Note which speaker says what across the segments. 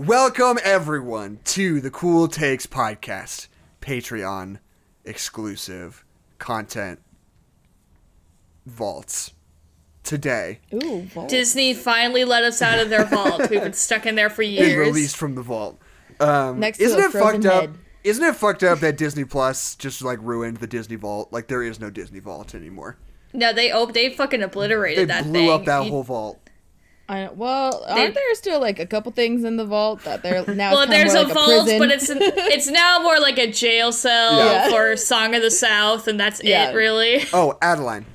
Speaker 1: Welcome everyone to the Cool Takes podcast, Patreon exclusive content vaults. Today,
Speaker 2: Ooh, vault.
Speaker 3: Disney finally let us out of their vault. We've been stuck in there for
Speaker 1: been
Speaker 3: years.
Speaker 1: released from the vault. Um,
Speaker 2: Next to
Speaker 1: isn't
Speaker 2: a
Speaker 1: it fucked
Speaker 2: frozen
Speaker 1: up?
Speaker 2: head.
Speaker 1: Isn't it fucked up that Disney Plus just like ruined the Disney Vault? Like there is no Disney Vault anymore.
Speaker 3: No, they oh, they fucking
Speaker 1: They
Speaker 3: obliterated that
Speaker 1: blew
Speaker 3: thing.
Speaker 1: up that
Speaker 3: You-
Speaker 1: whole vault.
Speaker 2: I know. Well, aren't there still like a couple things in the vault that they're now?
Speaker 3: well,
Speaker 2: it's kinda
Speaker 3: there's
Speaker 2: more
Speaker 3: a
Speaker 2: like
Speaker 3: vault,
Speaker 2: prison?
Speaker 3: but it's an, it's now more like a jail cell
Speaker 1: Yeah.
Speaker 3: for Song of the South, and that's
Speaker 2: Yeah.
Speaker 3: it, really.
Speaker 1: Oh, Adeline.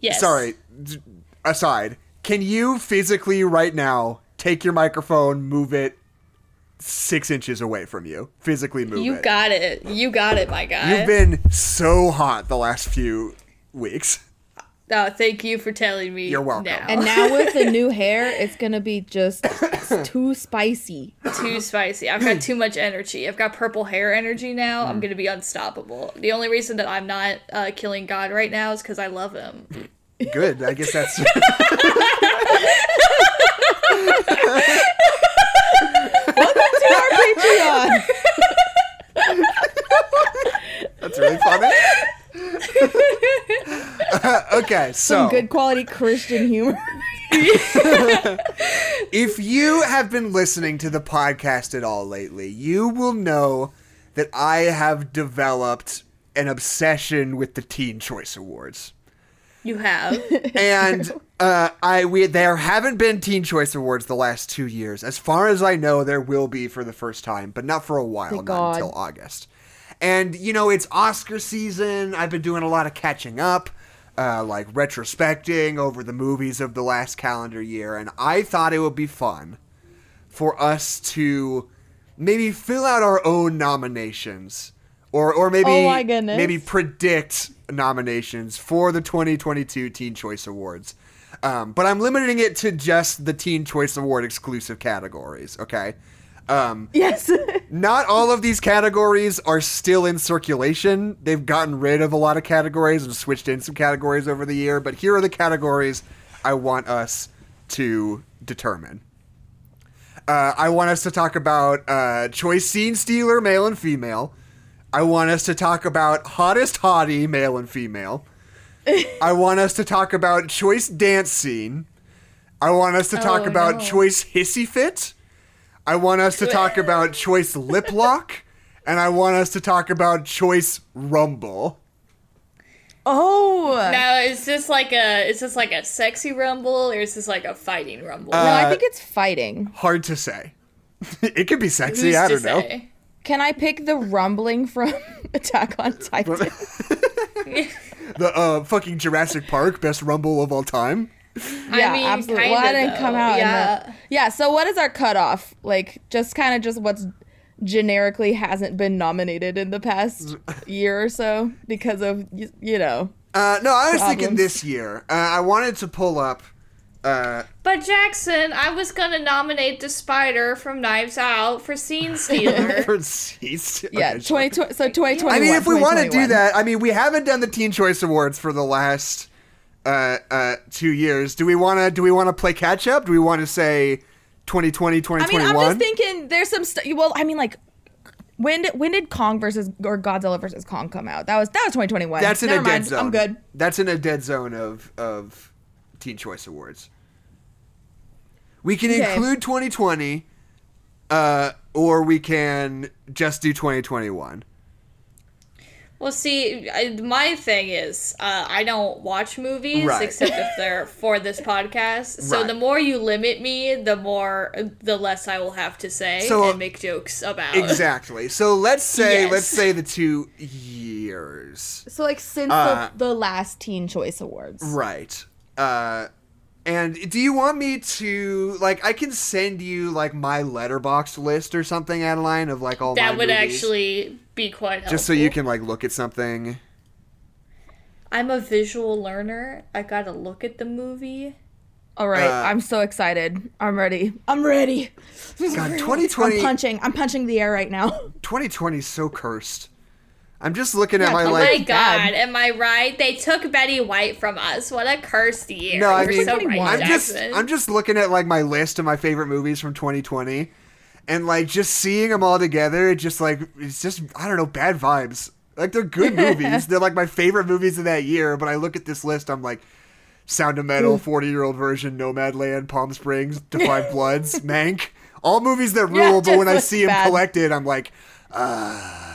Speaker 3: Yes.
Speaker 1: Sorry. d- Aside, can you physically right now take your microphone, move it six inches away from you? Physically move
Speaker 3: You
Speaker 1: it.
Speaker 3: got it. You got it, my guy.
Speaker 1: You've been so hot the last few weeks.
Speaker 3: oh, thank you for telling me.
Speaker 1: You're welcome.
Speaker 3: Now.
Speaker 2: and now with the new hair, it's gonna be just too spicy.
Speaker 3: too spicy. I've got too much energy. I've got purple hair energy now.
Speaker 1: Mm.
Speaker 3: I'm gonna be unstoppable. The only reason that I'm not uh, killing God right now is because I love him.
Speaker 1: Good. I guess that's.
Speaker 2: to our Patreon.
Speaker 1: That's really funny. okay, so
Speaker 2: Some good quality Christian humor.
Speaker 1: if you have been listening to the podcast at all lately, you will know that I have developed an obsession with the Teen Choice Awards.
Speaker 3: You have.
Speaker 1: and uh, I we there haven't been Teen Choice Awards the last two years. As far as I know, there will be for the first time, but not for a while,
Speaker 2: Thank
Speaker 1: not
Speaker 2: God.
Speaker 1: until August. And you know, it's Oscar season. I've been doing a lot of catching up, uh, like retrospecting over the movies of the last calendar year, and I thought it would be fun for us to maybe fill out our own nominations. Or, or maybe
Speaker 2: Oh my goodness.
Speaker 1: maybe predict nominations for the 2022 Teen Choice Awards. Um, but I'm limiting it to just the Teen Choice Award exclusive categories, okay? Um,
Speaker 2: yes.
Speaker 1: not all of these categories are still in circulation. They've gotten rid of a lot of categories and switched in some categories over the year, but here are the categories I want us to determine. Uh, I want us to talk about uh, choice scene stealer, male and female. I want us to talk about hottest hottie, male and female. I want us to talk about choice dance scene. I want us to talk
Speaker 3: Oh,
Speaker 1: about
Speaker 3: no.
Speaker 1: choice hissy fit. I want us to talk about choice lip lock, and I want us to talk about choice rumble.
Speaker 2: Oh.
Speaker 3: now is this like a is this like a sexy rumble or is this like a fighting rumble?
Speaker 2: no, I
Speaker 1: uh,
Speaker 2: think it's fighting.
Speaker 1: Hard to say. it could be
Speaker 3: Who's
Speaker 1: sexy. I
Speaker 3: to
Speaker 1: don't know.
Speaker 3: say?
Speaker 2: Can I pick the rumbling from Attack on Titan?
Speaker 1: The uh, fucking Jurassic Park best rumble of all time.
Speaker 2: yeah,
Speaker 3: I mean,
Speaker 2: absolutely.
Speaker 3: Kinda,
Speaker 2: well, I didn't come
Speaker 3: though.
Speaker 2: out.
Speaker 3: Yeah.
Speaker 2: In the, yeah. So what is our cutoff? Like, just kind of just what's generically hasn't been nominated in the past year or so because of y- you know.
Speaker 1: Uh, no, I was thinking
Speaker 2: Problems.
Speaker 1: this year. Uh, I wanted to pull up. Uh,
Speaker 3: But Jackson, I was gonna nominate the spider from Knives Out for scene stealer.
Speaker 1: for seats.
Speaker 2: Yeah,
Speaker 1: Okay, sure.
Speaker 2: twenty twenty. So twenty twenty.
Speaker 1: I mean, if we want to do that, I mean, we haven't done the Teen Choice Awards for the last uh, uh, two years. Do we want to? Do we want to play catch up? Do we want to say 2020,
Speaker 2: I mean,
Speaker 1: 2021?
Speaker 2: I'm just thinking. There's some stuff. Well, I mean, like. When did, when did Kong versus or Godzilla versus Kong come out? That was that was 2021.
Speaker 1: That's in
Speaker 2: Never
Speaker 1: a dead
Speaker 2: mind.
Speaker 1: zone.
Speaker 2: I'm good.
Speaker 1: That's in a dead zone of of Teen Choice Awards. We can
Speaker 2: Okay.
Speaker 1: include 2020, uh, or we can just do 2021.
Speaker 3: well, see, I, my thing is, uh, I don't watch movies
Speaker 1: Right.
Speaker 3: except if they're for this podcast. So
Speaker 1: Right.
Speaker 3: the more you limit me, the more, the less I will have to say
Speaker 1: So,
Speaker 3: and make jokes about.
Speaker 1: Exactly. So let's say
Speaker 3: Yes.
Speaker 1: let's say the two years.
Speaker 2: So like since
Speaker 1: Uh,
Speaker 2: the, the last Teen Choice Awards,
Speaker 1: Right. Uh and do you want me to like I can send you like my letterbox list or something, Adeline, of like all
Speaker 3: That
Speaker 1: my
Speaker 3: would
Speaker 1: movies?
Speaker 3: actually be quite helpful.
Speaker 1: just so you can like look at something.
Speaker 3: I'm a visual learner. I gotta look at the movie.
Speaker 2: All right,
Speaker 1: Uh,
Speaker 2: I'm so excited. I'm ready. I'm ready.
Speaker 1: God, 2020
Speaker 2: I'm punching. I'm punching the air right now.
Speaker 1: 2020 is so cursed. I'm just looking at
Speaker 2: Yeah,
Speaker 1: my
Speaker 2: come
Speaker 3: Oh
Speaker 1: like
Speaker 3: my
Speaker 2: It's bad.
Speaker 3: god, am I right? They took Betty White from us. What a cursed year.
Speaker 1: No, I
Speaker 3: You're
Speaker 1: mean,
Speaker 3: so right,
Speaker 2: I'm
Speaker 1: I'm just
Speaker 3: Jackson.
Speaker 1: I'm just looking at like my list of my favorite movies from 2020. and like just seeing them all together, it just like it's just I don't know, bad vibes. Like they're good movies. they're like my favorite movies of that year. But I look at this list, I'm like, Sound of
Speaker 2: Mm.
Speaker 1: Metal, 40 year old version, Nomadland, Palm Springs, Defy Bloods, Mank, all movies that
Speaker 2: Yeah,
Speaker 1: rule. but
Speaker 2: just
Speaker 1: when I
Speaker 2: looks
Speaker 1: see them
Speaker 2: bad.
Speaker 1: collected, I'm like, ah.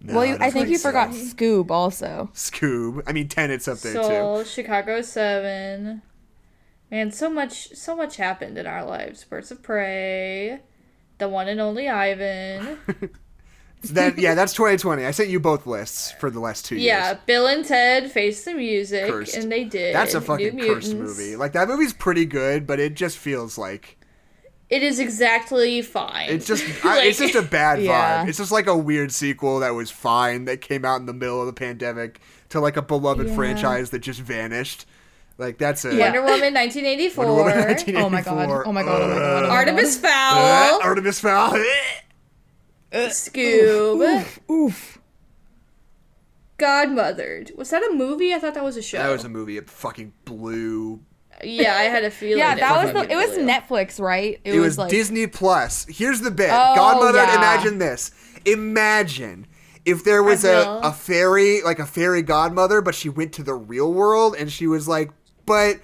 Speaker 1: no,
Speaker 2: well, you, I
Speaker 1: don't
Speaker 2: think you
Speaker 1: so.
Speaker 2: forgot Scoob also.
Speaker 1: Scoob. I mean, Tenet's up there too.
Speaker 3: Soul, Chicago Seven. Man, so much, so much happened in our lives. Birds of Prey, the one and only Ivan.
Speaker 1: That yeah, that's 2020. I sent you both lists for the last two
Speaker 3: Yeah,
Speaker 1: years.
Speaker 3: Bill and Ted faced the music,
Speaker 1: Cursed.
Speaker 3: and they did.
Speaker 1: That's a
Speaker 3: New
Speaker 1: fucking cursed
Speaker 3: Mutants.
Speaker 1: movie. Like that movie's pretty good, but it just feels like
Speaker 3: It is exactly fine.
Speaker 1: it's just I, it's
Speaker 3: Like-
Speaker 1: just a bad vibe.
Speaker 2: Yeah.
Speaker 1: It's just like a weird sequel that was fine that came out in the middle of the pandemic to like a beloved
Speaker 2: Yeah.
Speaker 1: franchise that just vanished. Like that's a
Speaker 2: Yeah.
Speaker 3: Wonder Woman 1984.
Speaker 1: Wonder Woman
Speaker 2: Oh my god.
Speaker 1: 1984.
Speaker 2: Oh my god. Oh my god. Oh my god.
Speaker 3: Artemis
Speaker 1: Uh,
Speaker 3: Fowl.
Speaker 1: Artemis Fowl.
Speaker 3: Scoob.
Speaker 2: Oof.
Speaker 3: Godmothered. Was that a movie? I thought that was a show.
Speaker 1: that was a movie. It fucking blew
Speaker 3: Yeah, I had a feeling.
Speaker 2: Yeah,
Speaker 3: it
Speaker 2: that was
Speaker 3: fucking
Speaker 2: the. It was
Speaker 3: blew.
Speaker 2: Netflix, right?
Speaker 1: It, was,
Speaker 2: like,
Speaker 1: Disney Plus. Here's the bit.
Speaker 2: Oh,
Speaker 1: Godmother,
Speaker 2: yeah.
Speaker 1: imagine this. Imagine if there was
Speaker 3: I
Speaker 1: a,
Speaker 3: will.
Speaker 1: a fairy, like a fairy godmother, but she went to the real world and she was like, but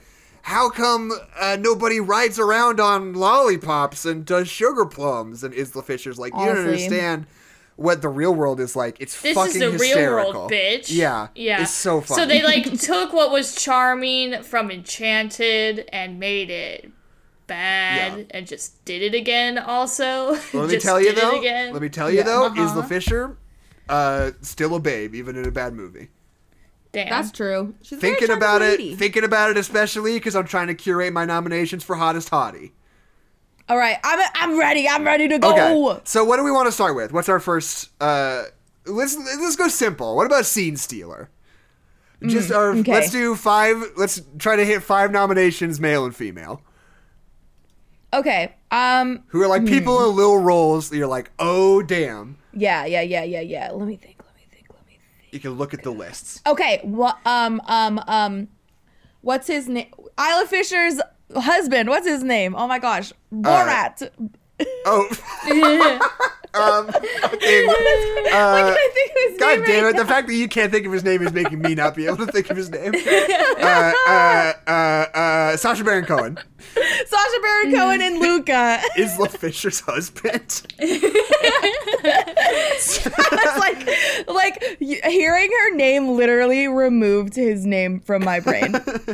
Speaker 1: how come uh, nobody rides around on lollipops and does sugar plums? And Isla Fisher's like, you don't
Speaker 2: Honestly.
Speaker 1: understand what the real world is like. It's
Speaker 3: This
Speaker 1: fucking
Speaker 3: is the
Speaker 1: hysterical.
Speaker 3: real world, bitch.
Speaker 1: Yeah.
Speaker 3: yeah.
Speaker 1: It's so funny.
Speaker 3: So they like took what was charming from Enchanted and made it bad,
Speaker 1: Yeah.
Speaker 3: and just did it again. Also,
Speaker 1: Let me
Speaker 3: Just
Speaker 1: tell you
Speaker 3: did it
Speaker 1: though.
Speaker 3: again.
Speaker 1: Let me tell you
Speaker 2: Yeah.
Speaker 1: though.
Speaker 3: Uh-huh.
Speaker 1: Isla Fisher, uh, still a babe, even in a bad movie.
Speaker 3: Damn.
Speaker 2: That's true. She's a very
Speaker 1: thinking
Speaker 2: charming
Speaker 1: about
Speaker 2: lady.
Speaker 1: it, thinking about it, especially because I'm trying to curate my nominations for hottest hottie. Oh.
Speaker 2: All right, I'm I'm ready. I'm ready to go.
Speaker 1: Okay, so what do we want to start with? What's our first? Uh, let's let's go simple. What about scene stealer? Just our,
Speaker 2: okay.
Speaker 1: let's do five. Let's try to hit five nominations, male and female,
Speaker 2: Okay. Um.
Speaker 1: who are like people in little roles. That you're like, oh damn.
Speaker 2: Yeah. Yeah. Yeah. Yeah. Yeah. Let me think. Let me think. Let me think.
Speaker 1: You can look at the lists.
Speaker 2: Okay. What? um. Um. Um. What's his name? Isla Fisher's husband. What's his name? Oh my gosh. Borat.
Speaker 1: Oh, um, okay.
Speaker 2: Why can't I think of his
Speaker 1: Uh, God
Speaker 2: name
Speaker 1: damn
Speaker 2: right
Speaker 1: it! The fact that you can't think of his name is making me not be able to think of his name. Uh, uh, uh, uh, Sasha Baron Cohen
Speaker 2: now. Sasha Baron
Speaker 1: Mm-hmm.
Speaker 2: Cohen and Luca.
Speaker 1: Isla Fisher's husband.
Speaker 2: That's like, like y- hearing her name literally removed his name from my brain. I was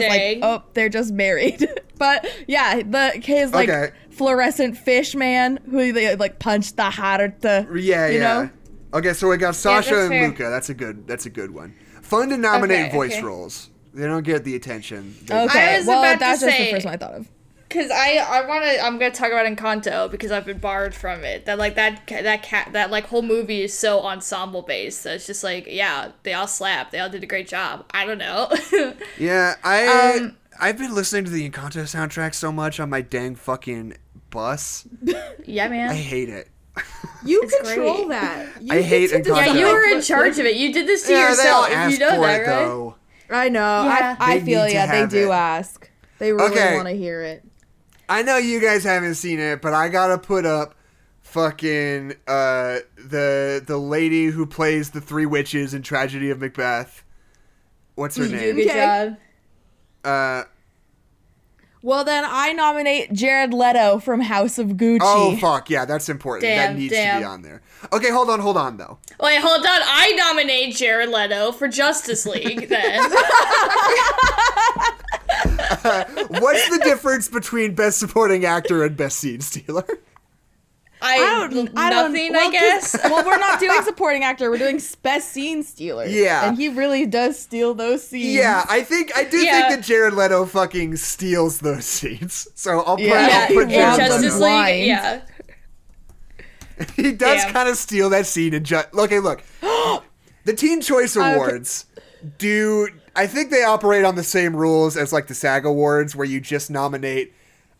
Speaker 3: Dang.
Speaker 2: like, oh, they're just married. but yeah, the his like
Speaker 1: Okay.
Speaker 2: fluorescent fish man who they like punched the heart. To,
Speaker 1: Yeah,
Speaker 2: you
Speaker 1: yeah.
Speaker 2: know.
Speaker 1: Okay, so we got Sasha
Speaker 3: that's
Speaker 1: and
Speaker 3: fair.
Speaker 1: Luca. That's a good. That's a good one. Fun to nominate
Speaker 3: Okay,
Speaker 1: voice
Speaker 3: okay.
Speaker 1: roles. They don't get the attention. they-
Speaker 2: Okay,
Speaker 3: was
Speaker 2: well
Speaker 3: about to
Speaker 2: that's just
Speaker 3: say-
Speaker 2: the first one I thought of.
Speaker 3: Cause I I want to I'm gonna talk about Encanto because I've been borrowed from it that like that ca- that cat that like whole movie is so ensemble based so it's just like yeah they all slapped they all did a great job I don't know
Speaker 1: Yeah, I
Speaker 3: Um,
Speaker 1: I've been listening to the Encanto soundtrack so much on my dang fucking bus.
Speaker 3: yeah
Speaker 1: I
Speaker 3: man
Speaker 1: hate it.
Speaker 2: You
Speaker 3: control great.
Speaker 2: that.
Speaker 1: I hate Encanto.
Speaker 3: yeah you were in charge of it you did this to
Speaker 1: Yeah, they all
Speaker 3: yourself
Speaker 1: ask
Speaker 3: you know
Speaker 1: for
Speaker 3: that
Speaker 1: it,
Speaker 3: right
Speaker 1: though.
Speaker 2: I know.
Speaker 3: Yeah.
Speaker 2: I, I
Speaker 1: They
Speaker 2: feel
Speaker 1: need to
Speaker 2: yeah. They
Speaker 1: have
Speaker 2: do
Speaker 1: it.
Speaker 2: ask. They really
Speaker 1: Okay.
Speaker 2: want to hear it.
Speaker 1: I know you guys haven't seen it, but I gotta put up fucking uh, the the lady who plays the three witches in Tragedy of Macbeth. What's her
Speaker 3: you do a
Speaker 1: name?
Speaker 3: good
Speaker 2: Okay.
Speaker 3: job
Speaker 1: Uh,
Speaker 2: Well, then I nominate Jared Leto from House of Gucci.
Speaker 1: oh fuck, yeah, that's important.
Speaker 3: Damn,
Speaker 1: that needs to
Speaker 3: damn.
Speaker 1: be on there. Okay, hold on, hold on though.
Speaker 3: wait hold on I nominate Jared Leto for Justice League then
Speaker 1: What's the difference between best supporting actor and best scene stealer?
Speaker 3: I,
Speaker 2: I don't. I don't.
Speaker 3: nothing
Speaker 2: well,
Speaker 3: I
Speaker 2: 'cause-
Speaker 3: guess
Speaker 2: well, we're not doing supporting actor. We're doing best scene stealer.
Speaker 1: Yeah.
Speaker 2: and he really does steal those scenes.
Speaker 1: Yeah, I think I do
Speaker 3: Yeah.
Speaker 1: think that Jared Leto fucking steals those scenes. So I'll put,
Speaker 2: Yeah,
Speaker 1: I'll
Speaker 3: yeah
Speaker 2: he
Speaker 1: put
Speaker 3: in
Speaker 1: Jared
Speaker 2: robs
Speaker 1: Leto.
Speaker 3: Justice
Speaker 2: them.
Speaker 3: League
Speaker 2: Blind.
Speaker 3: yeah
Speaker 1: He does
Speaker 3: Damn.
Speaker 1: kind of steal that scene in just. Okay, look. the Teen Choice Awards do. I think they operate on the same rules as like the SAG Awards, where you just nominate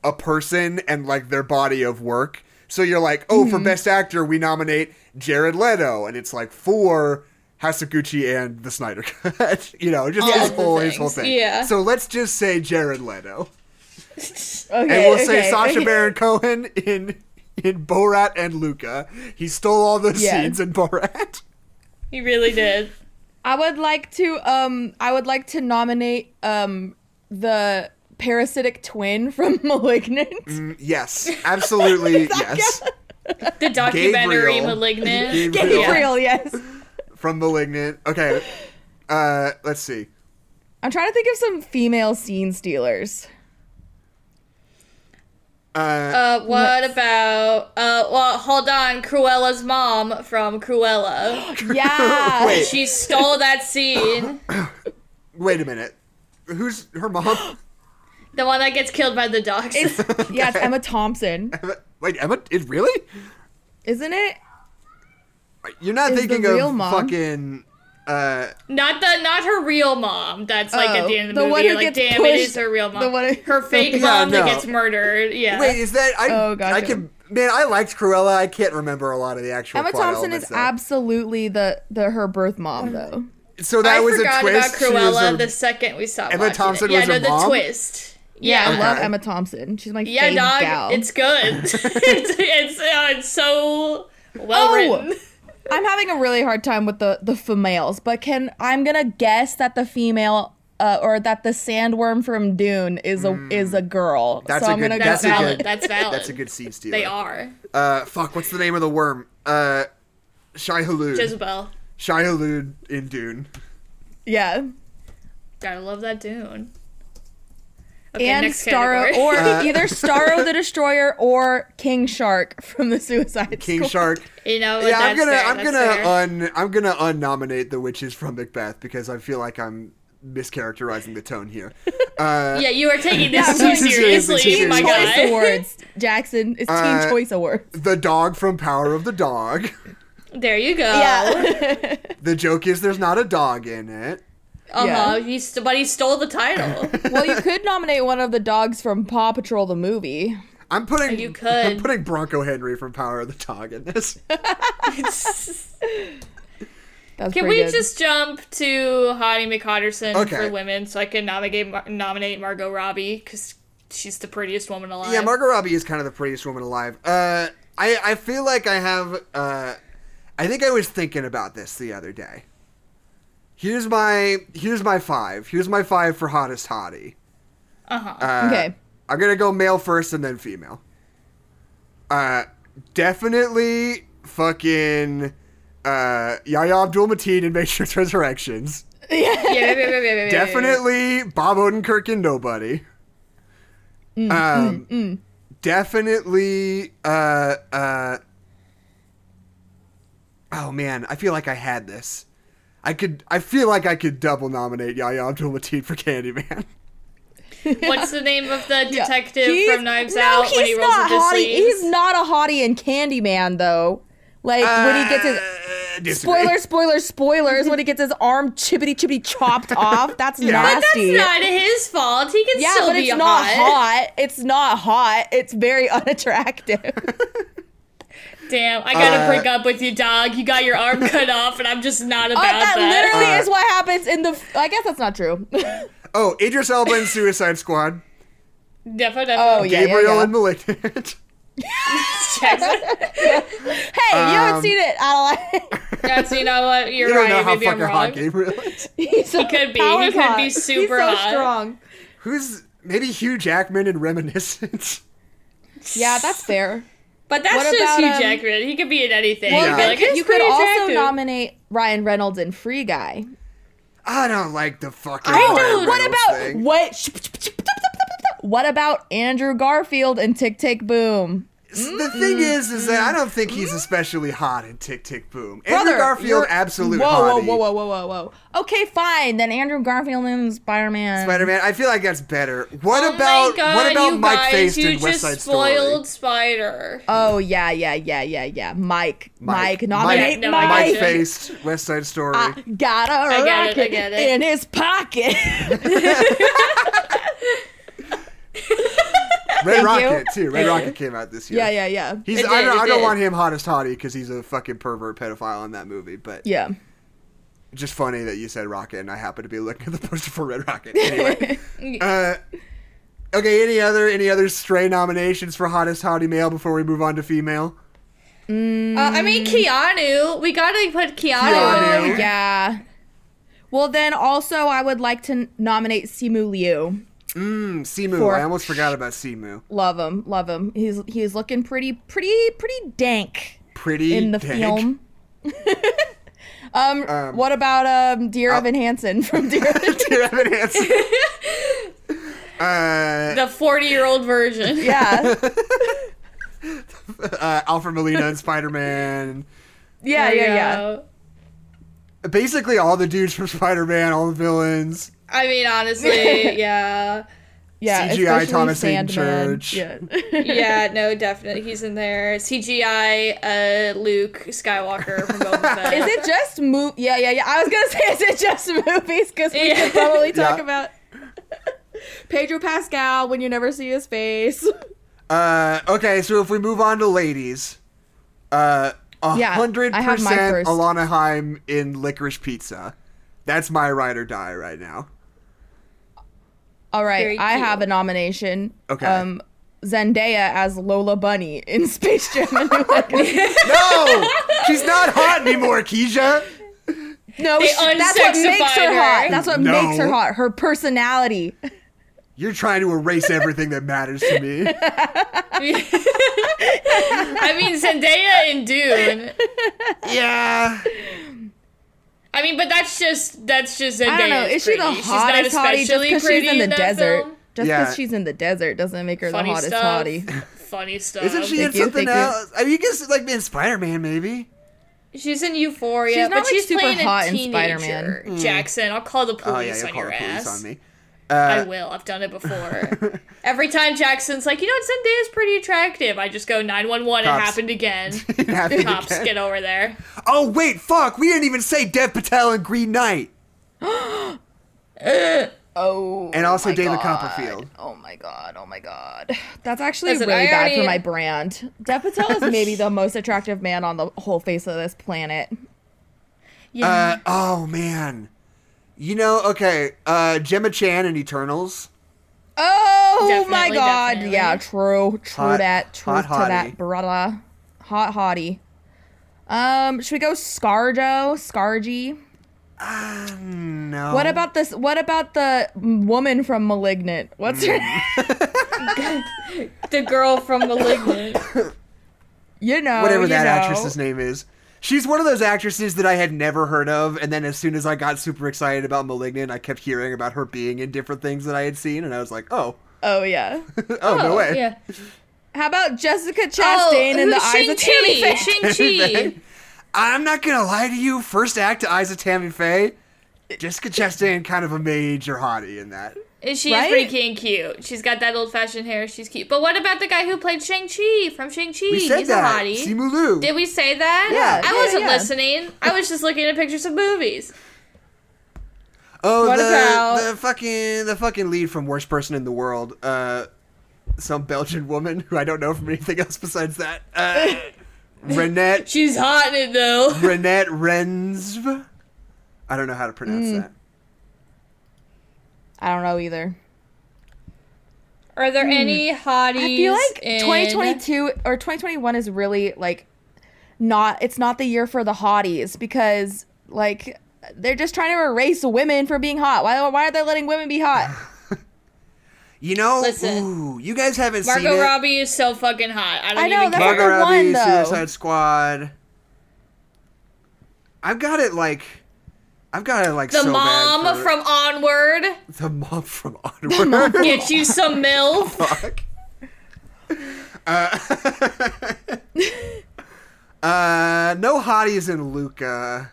Speaker 1: a person and like their body of work. So you're like, oh,
Speaker 3: Hmm.
Speaker 1: for Best Actor, we nominate Jared Leto, and it's like for Hasaguchi and the Snyder Cut. you know, just his
Speaker 3: the
Speaker 1: whole his whole
Speaker 3: things,
Speaker 1: thing.
Speaker 3: yeah.
Speaker 1: So let's just say Jared Leto,
Speaker 2: okay,
Speaker 1: and we'll say
Speaker 2: okay,
Speaker 1: Sasha
Speaker 2: okay.
Speaker 1: Baron Cohen in in Borat and Luca. He stole all those
Speaker 2: Yeah.
Speaker 1: scenes in Borat.
Speaker 3: He really did.
Speaker 2: I would like to um I would like to nominate um the parasitic twin from Malignant.
Speaker 1: Mm, yes, absolutely. yes,
Speaker 3: The documentary
Speaker 1: Gabriel.
Speaker 3: Malignant.
Speaker 1: Gabriel.
Speaker 2: Gabriel, yes.
Speaker 1: from *Malignant*. Okay, uh, let's see.
Speaker 2: I'm trying to think of some female scene stealers.
Speaker 1: Uh,
Speaker 3: Uh, what about uh? Well, hold on, Cruella's mom from Cruella.
Speaker 2: Yeah.
Speaker 1: Wait.
Speaker 3: she stole that scene.
Speaker 1: wait a minute. Who's her mom?
Speaker 3: The one that gets killed by the dogs.
Speaker 2: It's, yeah, it's Emma Thompson,
Speaker 1: Emma- wait, Emma? It really?
Speaker 2: isn't it?
Speaker 1: You're not
Speaker 2: Is the
Speaker 1: thinking
Speaker 2: real
Speaker 1: of
Speaker 2: mom.
Speaker 1: fucking. Uh,
Speaker 3: Not the not her real mom. That's like at
Speaker 2: Oh,
Speaker 3: the end of the,
Speaker 2: the one
Speaker 3: movie.
Speaker 2: who
Speaker 3: like,
Speaker 2: gets
Speaker 3: damn, it
Speaker 2: pushed-
Speaker 3: is her real mom.
Speaker 2: the one who-
Speaker 3: her fake
Speaker 1: Yeah,
Speaker 3: mom
Speaker 1: no.
Speaker 3: that gets murdered. Yeah.
Speaker 1: Wait, is that I?
Speaker 2: Oh,
Speaker 1: I
Speaker 2: gotcha.
Speaker 1: can. Man, I liked Cruella. I can't remember a lot of the actual.
Speaker 2: Emma
Speaker 1: plot
Speaker 2: Thompson is
Speaker 1: elements, though.
Speaker 2: absolutely the the her birth mom though.
Speaker 1: So that
Speaker 3: I
Speaker 1: was
Speaker 3: forgot
Speaker 1: a twist.
Speaker 3: about
Speaker 1: She was
Speaker 3: Cruella
Speaker 1: a-
Speaker 3: the second we stopped
Speaker 1: Emma
Speaker 3: watching it.
Speaker 1: Thompson
Speaker 3: yeah,
Speaker 1: was
Speaker 3: no,
Speaker 1: her
Speaker 3: the
Speaker 1: mom?
Speaker 3: twist. Yeah.
Speaker 2: I
Speaker 1: Okay.
Speaker 2: love Emma Thompson. She's my
Speaker 3: Yeah,
Speaker 2: fave
Speaker 3: dog,
Speaker 2: gal.
Speaker 3: it's good. it's it's, uh, it's so well
Speaker 2: Oh!
Speaker 3: written.
Speaker 2: I'm having a really hard time with the the females, but can I'm gonna guess that the female uh, or that the sandworm from Dune is a is a girl.
Speaker 1: Hmm. That's
Speaker 2: so
Speaker 1: a
Speaker 2: I'm
Speaker 1: good-
Speaker 2: gonna
Speaker 3: That's
Speaker 2: go.
Speaker 1: a
Speaker 3: valid.
Speaker 1: good-
Speaker 3: That's valid.
Speaker 1: That's a good scene stealer.
Speaker 3: They are
Speaker 1: Uh, fuck. What's the name of the worm? Uh, Shai Hulud.
Speaker 3: Jezebel.
Speaker 1: Shai Hulud in Dune.
Speaker 2: yeah,
Speaker 3: Gotta love that Dune. Okay,
Speaker 2: and
Speaker 3: next
Speaker 2: Starro
Speaker 3: category.
Speaker 2: or
Speaker 1: Uh,
Speaker 2: either Starro the Destroyer or King Shark from the Suicide
Speaker 1: King
Speaker 2: Squad.
Speaker 1: Shark.
Speaker 3: you know, what,
Speaker 1: Yeah, I'm
Speaker 3: that's
Speaker 1: gonna, uh,
Speaker 3: fair,
Speaker 1: I'm
Speaker 3: that's fair.
Speaker 1: gonna, un, I'm gonna unnominate the witches from Macbeth because I feel like I'm mischaracterizing the tone here. Uh,
Speaker 3: yeah, you are taking
Speaker 2: Yeah,
Speaker 3: this too
Speaker 2: I'm
Speaker 1: taking this
Speaker 3: seriously,
Speaker 1: seriously,
Speaker 3: my
Speaker 1: too
Speaker 2: Choice
Speaker 3: guy.
Speaker 2: Awards, Jackson. It's
Speaker 1: Uh,
Speaker 2: Teen Choice Awards.
Speaker 1: The dog from Power of the Dog.
Speaker 3: There you go.
Speaker 2: Yeah,
Speaker 1: The joke is there's not a dog in it.
Speaker 3: Uh huh.
Speaker 2: Yeah.
Speaker 3: He st- but he stole the title.
Speaker 2: well, you could nominate one of the dogs from Paw Patrol the movie.
Speaker 1: I'm putting
Speaker 3: You could.
Speaker 1: I'm putting Bronco Henry from Power of the Dog in this.
Speaker 2: That's
Speaker 3: Can
Speaker 2: pretty
Speaker 3: we
Speaker 2: good.
Speaker 3: just jump to Hottie McHotterson
Speaker 1: Okay.
Speaker 3: for women so I can nominate Mar- nominate Margot Robbie because she's the prettiest woman alive.
Speaker 1: yeah, Margot Robbie is kind of the prettiest woman alive. Uh, I I feel like I have. Uh, I think I was thinking about this the other day. Here's my here's my five. Here's my five for hottest hottie.
Speaker 3: Uh-huh.
Speaker 1: Uh,
Speaker 2: Okay.
Speaker 1: I'm gonna go male first and then female. Uh, definitely fucking uh Yahya Abdul Mateen in Matrix Resurrections.
Speaker 3: Yeah, yeah, yeah, yeah, yeah, yeah, yeah.
Speaker 1: Definitely Bob Odenkirk and Nobody.
Speaker 2: Mm,
Speaker 1: um, Definitely. Uh, uh, oh man, I feel like I had this. I could. I feel like I could double nominate Yahya Abdul Mateen for Candyman.
Speaker 3: What's the name of the
Speaker 2: Yeah.
Speaker 3: detective
Speaker 2: He's-
Speaker 3: from Knives
Speaker 2: no,
Speaker 3: Out when
Speaker 2: he's
Speaker 3: he rolls
Speaker 2: not
Speaker 3: up his
Speaker 2: hottie.
Speaker 3: sleeves?
Speaker 2: He's not a hottie in Candyman though. Like when he gets his
Speaker 1: Uh, disagree.
Speaker 2: spoilers, spoilers, spoilers. when he gets his arm chippity chippity chopped off, that's
Speaker 1: Yeah. But
Speaker 3: That's
Speaker 2: nasty.
Speaker 3: not his fault. He can
Speaker 2: yeah,
Speaker 3: still
Speaker 2: but
Speaker 3: be
Speaker 2: it's not
Speaker 3: hot.
Speaker 2: hot. It's not hot. It's very unattractive. Uh,
Speaker 3: Damn, I gotta
Speaker 1: Uh,
Speaker 3: break up with you, dog. You got your arm cut off, and I'm just not about
Speaker 2: Uh, that
Speaker 3: that.
Speaker 2: literally
Speaker 1: Uh,
Speaker 2: is what happens in the. I guess that's not true.
Speaker 1: Oh, Idris Elba in Suicide Squad.
Speaker 3: Defo, defo.
Speaker 2: Oh, yeah.
Speaker 1: Gabriel and Malignant.
Speaker 3: Jackson.
Speaker 2: hey, you
Speaker 1: Um,
Speaker 2: haven't seen it, Adelaide.
Speaker 3: That's you know what you're
Speaker 1: You
Speaker 3: right.
Speaker 1: don't know how
Speaker 3: Maybe I'm
Speaker 1: fucking hot
Speaker 3: wrong.
Speaker 1: Gabriel is.
Speaker 2: He's so he
Speaker 3: could be. He could be super
Speaker 2: He's so
Speaker 3: hot.
Speaker 2: strong.
Speaker 1: Who's maybe Hugh Jackman in Reminiscence?
Speaker 2: Yeah, that's fair.
Speaker 3: But that's
Speaker 2: What
Speaker 3: just
Speaker 2: about,
Speaker 3: Hugh
Speaker 2: um,
Speaker 3: Jackman. He could be in anything.
Speaker 1: Yeah.
Speaker 2: Well,
Speaker 3: You'd be
Speaker 2: then
Speaker 3: like,
Speaker 2: you
Speaker 3: "He's
Speaker 2: could
Speaker 3: pretty
Speaker 2: also
Speaker 3: attractive."
Speaker 2: nominate Ryan Reynolds and Free Guy.
Speaker 1: I don't like the fucking.
Speaker 3: I
Speaker 1: Ryan
Speaker 3: don't-
Speaker 2: What
Speaker 1: Reynolds
Speaker 2: about
Speaker 1: thing.
Speaker 2: what? What about Andrew Garfield and Tick Tick Boom?
Speaker 1: The
Speaker 3: Mm-hmm.
Speaker 1: thing is, is that I don't think he's especially hot in Tick Tick Boom.
Speaker 2: Brother,
Speaker 1: Andrew Garfield,
Speaker 2: you're-
Speaker 1: absolute
Speaker 2: Whoa,
Speaker 1: hottie.
Speaker 2: whoa, whoa, whoa, whoa, whoa, whoa. Okay, fine. Then Andrew Garfield and Spider Man.
Speaker 1: Spider Man, I feel like that's better. What
Speaker 3: Oh
Speaker 1: about
Speaker 3: my God,
Speaker 1: what about
Speaker 3: you
Speaker 1: Mike
Speaker 3: guys,
Speaker 1: Faced
Speaker 3: you
Speaker 1: in West
Speaker 3: just
Speaker 1: Side
Speaker 3: spoiled
Speaker 1: Story?
Speaker 3: Spider.
Speaker 2: Oh yeah, yeah, yeah, yeah, yeah. Mike,
Speaker 1: Mike,
Speaker 2: Mike, nominate
Speaker 3: no,
Speaker 2: Mike.
Speaker 3: I
Speaker 1: Mike
Speaker 3: got it.
Speaker 1: Faced West Side Story.
Speaker 3: Uh,
Speaker 2: I got a
Speaker 3: I get it,
Speaker 2: rocket
Speaker 3: I get it.
Speaker 2: in his pocket.
Speaker 1: Red
Speaker 2: Thank you.
Speaker 1: Rocket too. Red Rocket came out this year.
Speaker 2: yeah, yeah, yeah,
Speaker 1: He's.
Speaker 3: It
Speaker 1: I
Speaker 3: did,
Speaker 1: don't.
Speaker 3: it
Speaker 1: I don't
Speaker 3: did.
Speaker 1: want him hottest hottie because he's a fucking pervert pedophile in that movie. But
Speaker 2: yeah.
Speaker 1: just funny that you said Rocket, and I happen to be looking at the poster for Red Rocket. Anyway, uh, Okay, any other any other stray nominations for hottest hottie male before we move on to female?
Speaker 2: Mm.
Speaker 3: Uh, I mean, Keanu. We gotta put Keanu.
Speaker 1: Keanu.
Speaker 3: in.
Speaker 2: Oh, Yeah. Well, then also I would like to n- nominate Simu Liu.
Speaker 1: Mm, Simu.
Speaker 2: For-
Speaker 1: I almost forgot about Simu.
Speaker 2: Love him, love him. He's he's looking pretty, pretty, pretty dank
Speaker 1: Pretty
Speaker 2: in the
Speaker 1: dank.
Speaker 2: film. um,
Speaker 1: Um,
Speaker 2: what about um, Dear Evan Hansen from Dear Evan?
Speaker 1: Dear Evan Hansen. uh,
Speaker 3: The forty-year-old version.
Speaker 2: yeah,
Speaker 1: uh, Alfred Molina and Spider Man.
Speaker 2: yeah, yeah, yeah.
Speaker 1: Basically, all the dudes from Spider Man, all the villains.
Speaker 3: I mean, honestly, yeah,
Speaker 2: Yeah,
Speaker 1: CGI
Speaker 2: especially
Speaker 1: Thomas Hayden
Speaker 2: Sandman.
Speaker 1: Church.
Speaker 2: Yeah.
Speaker 3: yeah. No, definitely, he's in there. CGI, uh, Luke Skywalker from Boba Fett.
Speaker 2: Is it just move? Yeah, yeah, yeah. I was gonna say, is it just movies? Because we
Speaker 3: Yeah.
Speaker 2: could probably talk
Speaker 1: Yeah.
Speaker 2: about Pedro Pascal when you never see his face.
Speaker 1: Uh, okay, so if we move on to ladies, uh,
Speaker 2: Yeah,
Speaker 1: hundred
Speaker 2: I have mine
Speaker 1: percent
Speaker 2: first.
Speaker 1: Alana Heim in Licorice Pizza. That's my ride or die right now.
Speaker 2: All right,
Speaker 3: Very
Speaker 2: I
Speaker 3: cute.
Speaker 2: have a nomination. um,
Speaker 1: Okay.
Speaker 2: Zendaya as Lola Bunny in Space Jam: A New Legacy.
Speaker 1: No, she's not hot anymore, Keisha.
Speaker 2: No,
Speaker 3: They
Speaker 2: she- that's what makes her
Speaker 3: unsexified
Speaker 2: hot.
Speaker 3: her.
Speaker 2: That's what
Speaker 1: No.
Speaker 2: makes her hot. Her personality.
Speaker 1: You're trying to erase everything that matters to me.
Speaker 3: I mean, Zendaya in Dune.
Speaker 1: Yeah.
Speaker 3: I mean, but that's just that's just Zendaya.
Speaker 2: I don't know. Is she the
Speaker 3: pretty.
Speaker 2: hottest
Speaker 3: she's not
Speaker 2: hottie just
Speaker 3: especially
Speaker 2: because
Speaker 3: pretty
Speaker 2: she's in the
Speaker 3: that
Speaker 2: desert?
Speaker 3: film.
Speaker 2: Just because
Speaker 1: Yeah.
Speaker 2: she's in the desert doesn't make her
Speaker 3: Funny
Speaker 2: the hottest
Speaker 3: stuff.
Speaker 2: hottie.
Speaker 3: Funny stuff.
Speaker 1: Isn't she in
Speaker 2: Um, Thank you,
Speaker 1: something
Speaker 2: thank you.
Speaker 1: else? I mean, you guess like in Spider Man, maybe.
Speaker 3: She's in Euphoria,
Speaker 2: She's not,
Speaker 3: but
Speaker 2: like,
Speaker 3: she's
Speaker 2: super
Speaker 3: playing
Speaker 2: hot
Speaker 3: a
Speaker 2: in Spider-Man.
Speaker 3: teenager. Jackson, I'll call the police
Speaker 1: Hmm. oh yeah, you'll
Speaker 3: on
Speaker 1: call
Speaker 3: your
Speaker 1: the police
Speaker 3: ass.
Speaker 1: on me. Uh,
Speaker 3: I will. I've done it before. Every time Jackson's like, you know what, Zendaya's pretty attractive. I just go nine one one. It
Speaker 1: Cops.
Speaker 3: happened again.
Speaker 1: It happened
Speaker 3: Cops,
Speaker 1: again.
Speaker 3: get over there.
Speaker 1: Oh wait, fuck! We didn't even say Dev Patel and Green Knight,
Speaker 2: Oh.
Speaker 1: and also
Speaker 2: my
Speaker 1: David
Speaker 2: God.
Speaker 1: Copperfield.
Speaker 2: Oh my god, oh my god. That's actually
Speaker 3: Listen,
Speaker 2: really
Speaker 3: I
Speaker 2: bad for
Speaker 3: already-
Speaker 2: my brand. Dev Patel is maybe the most attractive man on the whole face of this planet.
Speaker 1: Uh, oh man, you know, okay, uh, Gemma Chan and Eternals.
Speaker 2: Oh my
Speaker 3: Definitely,
Speaker 2: god.
Speaker 3: definitely.
Speaker 2: Yeah, true. True
Speaker 1: Hot-
Speaker 2: that. True
Speaker 1: hot
Speaker 2: to
Speaker 1: hottie.
Speaker 2: that, brother. Hot hottie. Um, should we go Scarjo? Scargy?
Speaker 1: Ah, no.
Speaker 2: What about this? What about the woman from Malignant? What's her
Speaker 1: Hmm.
Speaker 2: name?
Speaker 1: Uh,
Speaker 3: The girl from Malignant.
Speaker 2: You know.
Speaker 1: whatever
Speaker 2: you
Speaker 1: that
Speaker 2: know.
Speaker 1: actress's name is? She's one of those actresses that I had never heard of, and then as soon as I got super excited about *Malignant*, I kept hearing about her being in different things that I had seen, and I was like, "Oh,
Speaker 2: Oh, yeah.
Speaker 1: oh, no way!"
Speaker 3: Yeah.
Speaker 2: How about Jessica Chastain in
Speaker 3: Oh, who's
Speaker 2: the eyes of Tammy Faye?
Speaker 3: Shang-Chi.
Speaker 1: I'm not gonna lie to you. First act to Eyes of Tammy Faye, Jessica Chastain kind of a major hottie in that.
Speaker 3: And she's
Speaker 2: Right?
Speaker 3: pretty and cute. She's got that old fashioned hair. She's cute. But what about the guy who played Shang Chi from Shang Chi?
Speaker 1: We said
Speaker 3: He's
Speaker 1: that.
Speaker 3: a hottie.
Speaker 1: Simu Liu.
Speaker 3: Did we say that?
Speaker 1: Yeah,
Speaker 3: I
Speaker 2: yeah,
Speaker 3: wasn't
Speaker 2: yeah.
Speaker 3: listening. I was just looking at pictures of movies.
Speaker 1: oh,
Speaker 3: What
Speaker 1: the,
Speaker 3: about-
Speaker 1: the fucking the fucking lead from Worst Person in the World, uh, some Belgian woman who I don't know from anything else besides that. Uh, Renette
Speaker 3: She's hot in it though.
Speaker 1: Renette Rensv. I don't know how to
Speaker 3: Hmm.
Speaker 1: pronounce that.
Speaker 2: I don't know either.
Speaker 3: Are
Speaker 1: Hmm.
Speaker 3: there any hotties?
Speaker 2: I feel like
Speaker 3: in-
Speaker 2: 2022 or 2021 is really like not it's not the year for the hotties because like they're just trying to erase women from being hot. Why why are they letting women be hot?
Speaker 1: You know,
Speaker 3: Listen.
Speaker 1: ooh, you guys haven't seen
Speaker 3: Margot
Speaker 1: it.
Speaker 3: Robbie is so fucking hot. I don't
Speaker 2: I know,
Speaker 3: even
Speaker 2: that's
Speaker 3: care.
Speaker 2: what
Speaker 1: Margot
Speaker 2: Number one,
Speaker 1: Robbie,
Speaker 2: though.
Speaker 1: Suicide Squad. I've got it like, I've got it like
Speaker 3: The
Speaker 1: so bad
Speaker 3: mom
Speaker 1: for-
Speaker 3: from Onward.
Speaker 1: the mom from Onward.
Speaker 3: Get you some MILF.
Speaker 1: Fuck. Uh, uh, no hotties in Luca.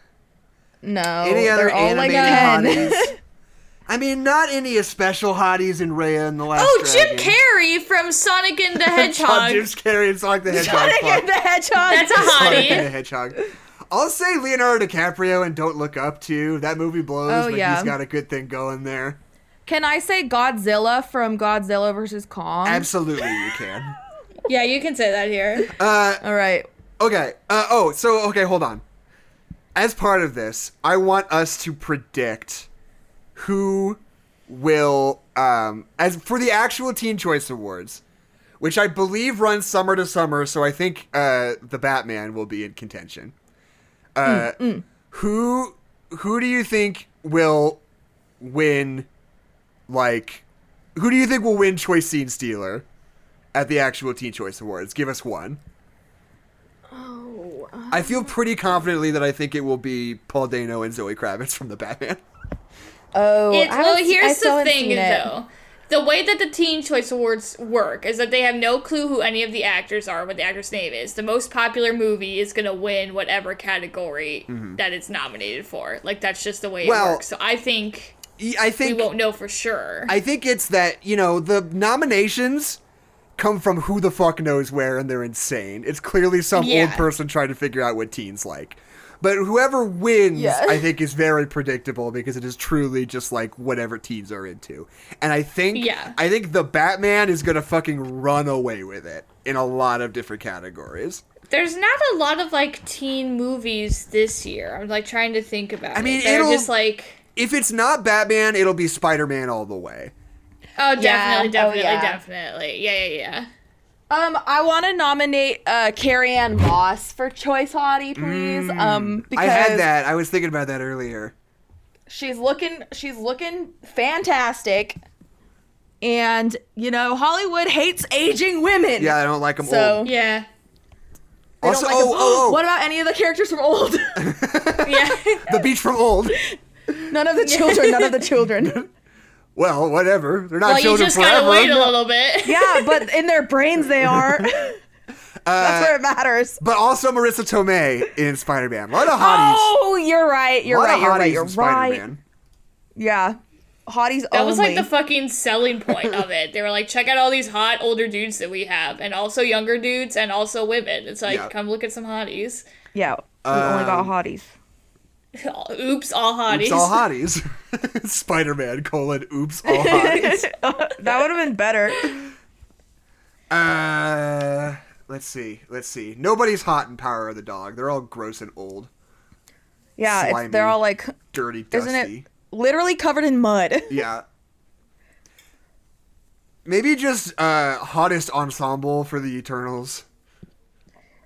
Speaker 2: No.
Speaker 1: Any other
Speaker 2: Oh, they're all like
Speaker 1: animated
Speaker 2: 10.
Speaker 1: hotties? I mean, not any special hotties in Raya and the Last
Speaker 3: Oh, Jim
Speaker 1: Dragon.
Speaker 3: Carey from Sonic and the
Speaker 1: John
Speaker 3: Hedgehog.
Speaker 1: Jim Carrey and Sonic the Hedgehog.
Speaker 2: Sonic
Speaker 1: fuck.
Speaker 2: and the Hedgehog.
Speaker 3: That's a
Speaker 1: Sonic and
Speaker 3: hottie.
Speaker 1: the Hedgehog. I'll say Leonardo DiCaprio and Don't Look Up too. That movie blows,
Speaker 2: Oh,
Speaker 1: but
Speaker 2: yeah.
Speaker 1: he's got a good thing going there.
Speaker 2: Can I say Godzilla from Godzilla versus Kong?
Speaker 1: Absolutely, you can.
Speaker 3: yeah, you can say that here.
Speaker 1: Uh,
Speaker 2: all right.
Speaker 1: okay. Uh, oh, so okay, hold on. As part of this, I want us to predict who will um as for the actual Teen Choice Awards, which I believe runs summer to summer, so I think uh the Batman will be in contention. Uh who who do you think will win like who do you think will win Choice Scene Stealer at the actual Teen Choice Awards? Give us one.
Speaker 2: Oh,
Speaker 1: I feel pretty confidently that I think it will be Paul Dano and Zoe Kravitz from the Batman.
Speaker 2: oh.
Speaker 3: It,
Speaker 2: I
Speaker 3: well,
Speaker 2: haven't se- I
Speaker 3: here's
Speaker 2: still
Speaker 3: the
Speaker 2: haven't
Speaker 3: thing,
Speaker 2: seen it.
Speaker 3: though. The way that the Teen Choice Awards work is that they have no clue who any of the actors are, what the actor's name is. The most popular movie is going to win whatever category that it's nominated for. Like, that's just the way
Speaker 1: Mm-hmm. Well-
Speaker 3: it works. So I think
Speaker 1: Y- E, I
Speaker 3: we
Speaker 1: think
Speaker 3: won't know for sure.
Speaker 1: I think it's that you know the nominations come from who the fuck knows where, and they're insane. It's clearly some old
Speaker 3: Yeah.
Speaker 1: person trying to figure out what teens like. But whoever wins,
Speaker 2: Yeah.
Speaker 1: I think, is very predictable because it is truly just like whatever teens are into. And I think,
Speaker 3: Yeah.
Speaker 1: I think the Batman is gonna fucking run away with it in a lot of different categories.
Speaker 3: There's not a lot of, like, teen movies this year. I'm, like, trying to think about
Speaker 1: I mean,
Speaker 3: it. They're
Speaker 1: it'll-
Speaker 3: just like.
Speaker 1: If it's not Batman, it'll be Spider-Man all the way.
Speaker 3: Oh,
Speaker 2: Yeah.
Speaker 3: definitely,
Speaker 2: Oh,
Speaker 3: definitely,
Speaker 2: yeah.
Speaker 3: definitely. Yeah, yeah, yeah.
Speaker 2: Um, I want to nominate uh Carrie Ann Moss for Choice Hottie, please. um, because
Speaker 1: Hmm. I had that. I was thinking about that earlier.
Speaker 2: she's looking, she's looking fantastic, and you know Hollywood hates aging women.
Speaker 1: Yeah, I don't like them
Speaker 2: So-
Speaker 1: old.
Speaker 3: Yeah.
Speaker 2: They don't
Speaker 1: Also,
Speaker 2: like
Speaker 1: oh,
Speaker 2: them.
Speaker 1: oh, oh.
Speaker 2: What about any of the characters from old?
Speaker 3: Yeah.
Speaker 1: The beach from old.
Speaker 2: none of the children. None of the children.
Speaker 1: Well, whatever. They're not
Speaker 3: well, you
Speaker 1: children
Speaker 3: just
Speaker 1: forever.
Speaker 3: gotta wait a little bit.
Speaker 2: yeah, but in their brains they are.
Speaker 1: Uh,
Speaker 2: That's where it matters.
Speaker 1: But also Marissa Tomei in Spider Man. A lot of hotties.
Speaker 2: Oh, you're right.
Speaker 1: a
Speaker 2: You're
Speaker 1: lot
Speaker 2: right.
Speaker 1: of
Speaker 2: You're
Speaker 1: hotties
Speaker 2: right. You're
Speaker 1: in
Speaker 2: right.
Speaker 1: Spider Man.
Speaker 2: Yeah, hotties
Speaker 3: That
Speaker 2: only.
Speaker 3: was like the fucking selling point of it. They were like, check out all these hot older dudes that we have, and also younger dudes, and also women. It's like,
Speaker 1: Yeah.
Speaker 3: come look at some hotties.
Speaker 2: yeah, we only
Speaker 1: Um,
Speaker 2: got hotties.
Speaker 3: Oops, all hotties.
Speaker 1: It's all hotties. Spider Man colon oops all hotties.
Speaker 2: that would have been better.
Speaker 1: uh, let's see. Let's see. Nobody's hot in Power of the Dog. They're all gross and old,
Speaker 2: Yeah,
Speaker 1: Slimy.
Speaker 2: it's, they're all like
Speaker 1: dirty,
Speaker 2: Isn't it-
Speaker 1: dusty.
Speaker 2: literally covered in mud.
Speaker 1: Yeah. Maybe just uh hottest ensemble for the Eternals.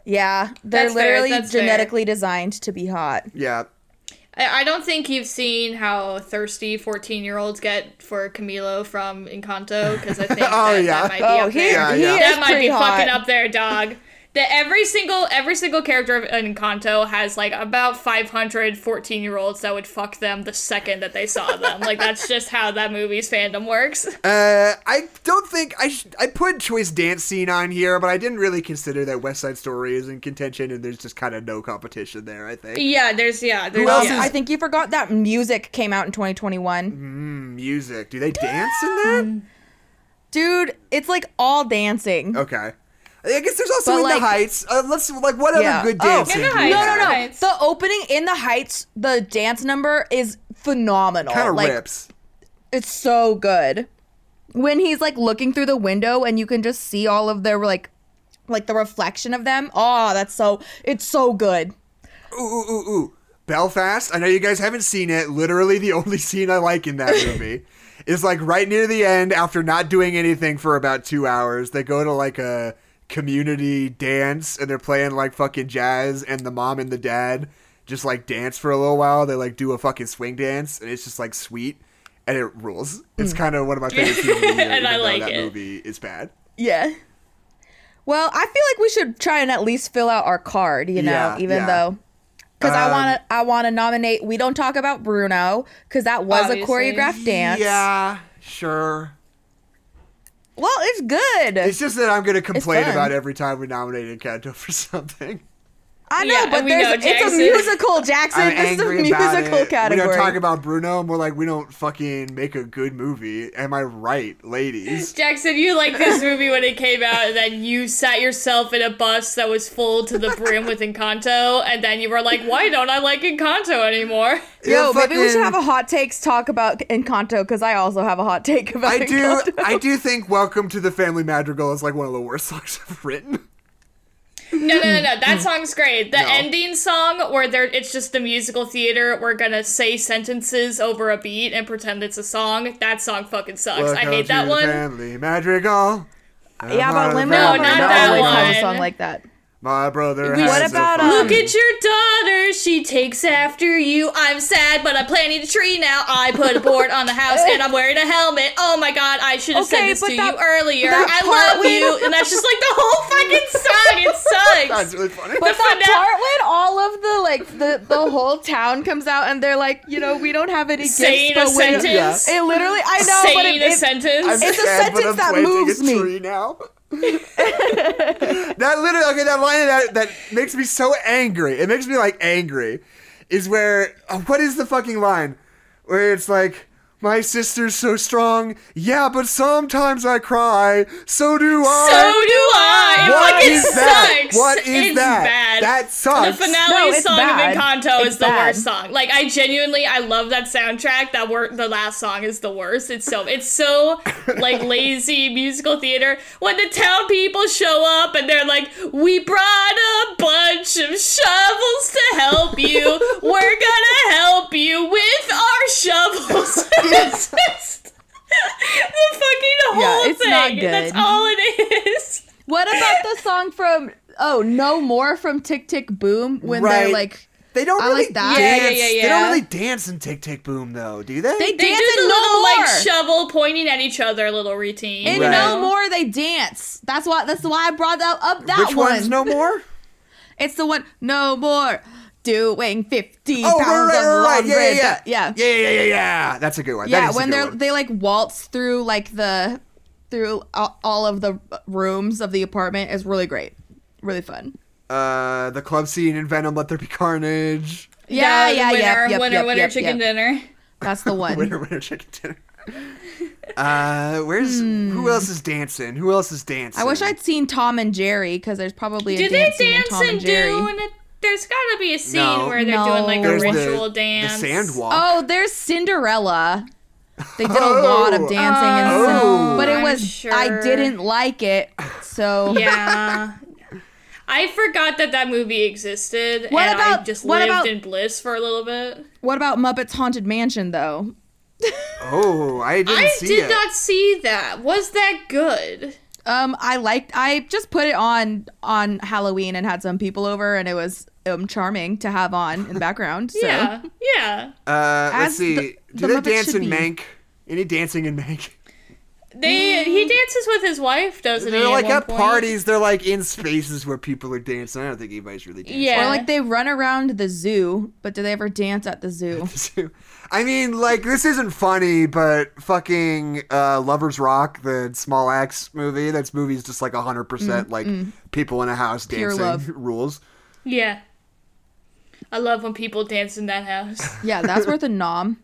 Speaker 2: Yeah, they're
Speaker 3: That's fair,
Speaker 2: literally
Speaker 3: that's fair.
Speaker 2: genetically designed to be hot.
Speaker 1: Yeah.
Speaker 3: I I don't think you've seen how thirsty 14 year olds get for Camilo from Encanto, because I think
Speaker 1: Oh,
Speaker 3: that,
Speaker 1: yeah.
Speaker 3: that might be
Speaker 2: Oh,
Speaker 3: up
Speaker 2: he,
Speaker 3: there.
Speaker 1: Yeah,
Speaker 2: he
Speaker 1: yeah.
Speaker 2: is
Speaker 3: that might
Speaker 2: pretty
Speaker 3: be
Speaker 2: hot.
Speaker 3: fucking up there, dog. That every single every single character in Encanto has like about 500 14 year olds that would fuck them the second that they saw them. like that's just how that movie's fandom works.
Speaker 1: Uh, I don't think I sh- I put choice dance scene on here, but I didn't really consider that West Side Story is in contention, and there's just kind of no competition there. I think
Speaker 3: yeah, there's yeah, there's
Speaker 1: Who else
Speaker 2: Um,
Speaker 1: is-
Speaker 3: yeah.
Speaker 2: I think you forgot that music came out in 2021.
Speaker 1: music. Do they dance in that?
Speaker 2: Mm. Dude, it's like all dancing.
Speaker 1: Okay, I guess there's also
Speaker 2: But,
Speaker 1: in
Speaker 2: like-
Speaker 1: the Heights. Uh, let's like what other
Speaker 2: Yeah.
Speaker 1: good
Speaker 2: Oh.
Speaker 1: dancing?
Speaker 3: In the
Speaker 1: do we
Speaker 3: Heights.
Speaker 1: have?
Speaker 2: No, no,
Speaker 3: Heights.
Speaker 2: the opening in the Heights, the dance number is phenomenal.
Speaker 1: Kind of
Speaker 2: like
Speaker 1: rips.
Speaker 2: it's so good. When he's like looking through the window and you can just see all of their like like the reflection of them. Oh, that's so it's so good.
Speaker 1: Ooh, ooh, ooh, ooh. Belfast. I know you guys haven't seen it. Literally, the only scene I like in that movie is like right near the end. After not doing anything for about two hours, they go to like a community dance and they're playing like fucking jazz. And the mom and the dad just like dance for a little while. They like do a fucking swing dance, and it's just like sweet. And it rules. It's kind of one of my favorite scenes. Of the year,
Speaker 3: Hmm. And
Speaker 1: even
Speaker 3: I
Speaker 1: though
Speaker 3: like
Speaker 1: that
Speaker 3: it.
Speaker 1: movie is bad.
Speaker 2: Yeah. Well, I feel like we should try and at least fill out our card, you know,
Speaker 1: Yeah,
Speaker 2: even
Speaker 1: yeah.
Speaker 2: though because I
Speaker 1: Um,
Speaker 2: want to I want to nominate we don't talk about Bruno cuz that was a
Speaker 3: Obviously.
Speaker 2: choreographed dance.
Speaker 1: Yeah, sure.
Speaker 2: Well, it's good.
Speaker 1: It's just that I'm going to complain
Speaker 2: fun.
Speaker 1: about every time we nominated Kanto for something.
Speaker 2: I know,
Speaker 3: Yeah,
Speaker 2: but
Speaker 3: and we know
Speaker 2: there's, it's a
Speaker 3: Jackson.
Speaker 2: musical, Jackson.
Speaker 1: I'm
Speaker 2: this is a
Speaker 1: angry about
Speaker 2: musical
Speaker 1: it.
Speaker 2: category.
Speaker 1: We don't talk about Bruno, and we're like, we don't fucking make a good movie. Am I right, ladies?
Speaker 3: Jackson, you liked this movie when it came out, and then you sat yourself in a bus that was full to the brim with Encanto, and then you were like, "Why don't I like Encanto anymore?"
Speaker 1: Yeah,
Speaker 2: Yo, maybe we should
Speaker 1: fucking-
Speaker 2: have a hot takes talk about Encanto because I also have a hot take about
Speaker 1: I do.
Speaker 2: Encanto.
Speaker 1: I do think "Welcome to the Family Madrigal" is like one of the worst songs I've written.
Speaker 3: No, no,
Speaker 2: Mm.
Speaker 3: no, no. That song's great. The
Speaker 1: No.
Speaker 3: ending song where there it's just the musical theater. We're gonna say sentences over a beat and pretend it's a song. That song fucking sucks. I
Speaker 1: Welcome
Speaker 3: hate that
Speaker 1: to
Speaker 3: one.
Speaker 1: Family Madrigal.
Speaker 2: Yeah,
Speaker 1: My
Speaker 2: about women.
Speaker 1: brother-
Speaker 3: No, not that
Speaker 2: always
Speaker 3: one.
Speaker 2: have a song like that.
Speaker 1: My brother.
Speaker 3: We-
Speaker 1: has
Speaker 3: What
Speaker 2: about,
Speaker 1: a farm.
Speaker 2: um,
Speaker 3: Look at your daughter. She takes after you. I'm sad, but I'm planting a tree now. I put a board on the house and I'm wearing a helmet. Oh my god, I should have said
Speaker 2: Okay,
Speaker 3: this
Speaker 2: but
Speaker 3: to
Speaker 2: that-
Speaker 3: you earlier.
Speaker 2: that
Speaker 3: I
Speaker 2: part
Speaker 3: love
Speaker 2: when-
Speaker 3: you. And that's just like the whole fucking song. It sucks.
Speaker 1: That's really funny.
Speaker 2: But that
Speaker 3: fina-
Speaker 2: part when all of the like the the whole town comes out and they're like, you know, we don't have any gifts,
Speaker 3: Saying a
Speaker 2: but we-
Speaker 3: sentence.
Speaker 2: It literally, I know, but
Speaker 3: Saying
Speaker 2: it,
Speaker 3: a
Speaker 2: it-
Speaker 3: sentence.
Speaker 1: I'm
Speaker 2: It's a
Speaker 1: sad, but
Speaker 2: sentence
Speaker 1: I'm
Speaker 2: that
Speaker 1: planting
Speaker 2: moves
Speaker 1: a
Speaker 2: me.
Speaker 1: Tree now. that literally, okay, that line that that makes me so angry. It makes me like angry. Is where uh, what is the fucking line where it's like. My sister's so strong. Yeah, but sometimes I cry. So do
Speaker 3: So do
Speaker 1: I.
Speaker 3: I. It
Speaker 1: What
Speaker 3: fucking
Speaker 1: is that?
Speaker 3: sucks.
Speaker 1: What is
Speaker 3: it's
Speaker 1: that?
Speaker 3: Bad.
Speaker 1: That sucks.
Speaker 3: The finale
Speaker 2: No, it's
Speaker 3: song
Speaker 2: bad.
Speaker 3: of Encanto
Speaker 2: It's
Speaker 3: is the
Speaker 2: bad.
Speaker 3: worst song. Like I genuinely, I love that soundtrack. That wor- the last song is the worst. It's so it's so like lazy musical theater. When the town people show up and they're like, "We brought a bunch of shovels to help you. We're gonna help you with our shovels." it's just the fucking whole
Speaker 2: Yeah, it's
Speaker 3: thing.
Speaker 2: not
Speaker 3: That's
Speaker 2: good.
Speaker 3: all it is.
Speaker 2: What about the song from Oh No More from Tick Tick Boom when they're
Speaker 1: Right.
Speaker 2: like
Speaker 1: They don't
Speaker 2: I
Speaker 1: really
Speaker 2: like that.
Speaker 3: Yeah, yeah,
Speaker 1: dance.
Speaker 3: yeah,
Speaker 1: They
Speaker 3: yeah.
Speaker 1: don't really dance in Tick Tick Boom though, do they?
Speaker 2: they,
Speaker 3: They
Speaker 2: dance
Speaker 3: do the
Speaker 2: in No
Speaker 3: little
Speaker 2: More.
Speaker 3: like shovel pointing at each other little routine.
Speaker 2: in
Speaker 3: you
Speaker 1: Right.
Speaker 2: No
Speaker 3: know?
Speaker 2: More they dance. That's why that's why I brought that up that
Speaker 1: Which
Speaker 2: one.
Speaker 1: one's no more?
Speaker 2: It's the one No More doing
Speaker 1: Oh,
Speaker 2: 50
Speaker 1: right,
Speaker 2: pounds
Speaker 1: right,
Speaker 2: of
Speaker 1: right, right.
Speaker 2: long
Speaker 1: Yeah,
Speaker 2: bread.
Speaker 1: yeah,
Speaker 2: yeah.
Speaker 1: yeah, yeah, yeah, yeah, yeah. That's a good one. That
Speaker 2: Yeah,
Speaker 1: is a
Speaker 2: when
Speaker 1: good
Speaker 2: they're
Speaker 1: one.
Speaker 2: they like waltz through like the through all all of the rooms of the apartment is really great. Really fun.
Speaker 1: uh, the club scene in Venom, Let There Be Carnage.
Speaker 2: Yeah,
Speaker 3: the
Speaker 2: yeah, yeah.
Speaker 3: winner,
Speaker 2: yep,
Speaker 3: winner,
Speaker 2: yep,
Speaker 3: winner,
Speaker 2: yep,
Speaker 3: chicken
Speaker 2: yep.
Speaker 3: dinner.
Speaker 2: That's the one.
Speaker 1: Winner, winner, chicken dinner. uh, where's who else is dancing? Who else is dancing?
Speaker 2: I wish I'd seen Tom and Jerry because there's probably a
Speaker 3: Do they
Speaker 2: dance scene in
Speaker 3: dance
Speaker 2: Tom and
Speaker 3: and
Speaker 2: Jerry.
Speaker 3: do? an- There's gotta be a scene
Speaker 1: No.
Speaker 3: where they're doing like a
Speaker 2: No.
Speaker 1: There's the-
Speaker 3: ritual
Speaker 1: The
Speaker 3: dance.
Speaker 1: sand walk.
Speaker 2: Oh, there's Cinderella. They did a lot of
Speaker 1: Oh.
Speaker 2: dancing, and
Speaker 1: Oh.
Speaker 2: some- but it
Speaker 3: I'm
Speaker 2: was I
Speaker 3: sure.
Speaker 2: didn't like it. So
Speaker 3: Yeah. I forgot that that movie existed.
Speaker 2: What
Speaker 3: and I
Speaker 2: about-
Speaker 3: just
Speaker 2: what
Speaker 3: lived
Speaker 2: about-
Speaker 3: in bliss for a little bit.
Speaker 2: what about Muppets Haunted Mansion though?
Speaker 1: Oh, I didn't
Speaker 3: I
Speaker 1: see
Speaker 3: did
Speaker 1: it.
Speaker 3: not see that. Was that good?
Speaker 2: Um, I liked. I just put it on on Halloween and had some people over, and it was um charming to have on in the background. So
Speaker 3: Yeah. Yeah.
Speaker 1: uh, let's
Speaker 2: As
Speaker 1: see.
Speaker 2: the-
Speaker 1: Do
Speaker 2: the
Speaker 1: they
Speaker 2: Muppets
Speaker 1: dance
Speaker 2: should
Speaker 1: in
Speaker 2: be.
Speaker 1: Mank? Any dancing in Mank?
Speaker 3: They he dances with his wife, doesn't he?
Speaker 1: They're like
Speaker 3: one
Speaker 1: at
Speaker 3: point?
Speaker 1: parties. They're like in spaces where people are dancing. I don't think anybody's really dancing.
Speaker 3: Yeah.
Speaker 2: or like they run around the zoo, but do they ever dance at the zoo?
Speaker 1: too. I mean, like this isn't funny, but fucking uh, "Lovers Rock," the Small Axe movie. That's movie's just like hundred percent like people in a house
Speaker 2: Mm, Pure
Speaker 1: dancing
Speaker 2: love.
Speaker 1: rules.
Speaker 3: Yeah. I love when people dance in that house.
Speaker 2: Yeah, that's worth a nom.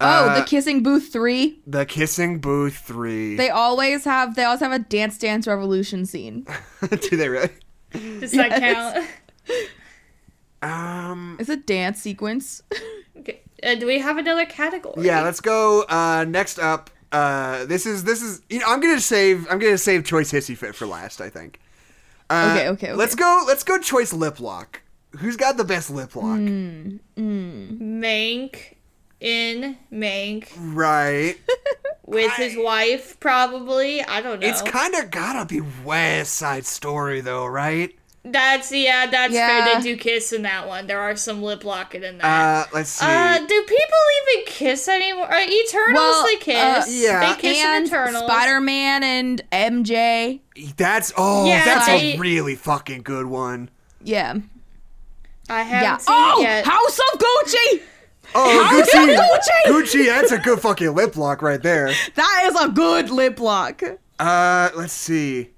Speaker 2: oh,
Speaker 1: Uh,
Speaker 2: the Kissing Booth three.
Speaker 1: The Kissing Booth three.
Speaker 2: They always have. They always have a Dance Dance Revolution scene.
Speaker 1: Do they really?
Speaker 3: Does
Speaker 2: Yes.
Speaker 3: that count?
Speaker 1: Um.
Speaker 2: It's a dance sequence.
Speaker 3: Okay. Uh, do we have another category?
Speaker 1: Yeah. Let's go. Uh. Next up. Uh. This is this is. You know, I'm gonna save. I'm gonna save choice hissy fit for last. I think. Uh,
Speaker 2: Okay, okay, okay.
Speaker 1: Let's go. Let's go. Choice lip lock. Who's got the best lip lock?
Speaker 2: Hmm.
Speaker 3: Mank in Mank
Speaker 1: Right.
Speaker 3: with his wife, probably. I don't know.
Speaker 1: It's kind of gotta be West Side Story, though, right?
Speaker 3: that's yeah, that's fair.
Speaker 2: Yeah.
Speaker 3: They do kiss in that one. There are some lip locking in that.
Speaker 1: Uh, let's see.
Speaker 3: Uh, do people even kiss anymore? Uh, Eternals,
Speaker 2: Well,
Speaker 3: they
Speaker 2: uh,
Speaker 3: kiss.
Speaker 1: yeah.
Speaker 3: they kiss in
Speaker 2: and
Speaker 3: Eternals.
Speaker 2: Spider Man and MJ.
Speaker 1: that's oh,
Speaker 3: yeah,
Speaker 1: that's a
Speaker 3: I-
Speaker 1: really fucking good one.
Speaker 2: Yeah.
Speaker 3: I haven't
Speaker 2: Yeah.
Speaker 3: seen it
Speaker 2: Oh,
Speaker 3: yet.
Speaker 2: House of Gucci.
Speaker 1: Oh,
Speaker 2: How is
Speaker 1: Gucci,
Speaker 2: that
Speaker 1: Gucci, that's a good fucking lip lock right there.
Speaker 2: That is a good lip lock.
Speaker 1: Uh, let's see.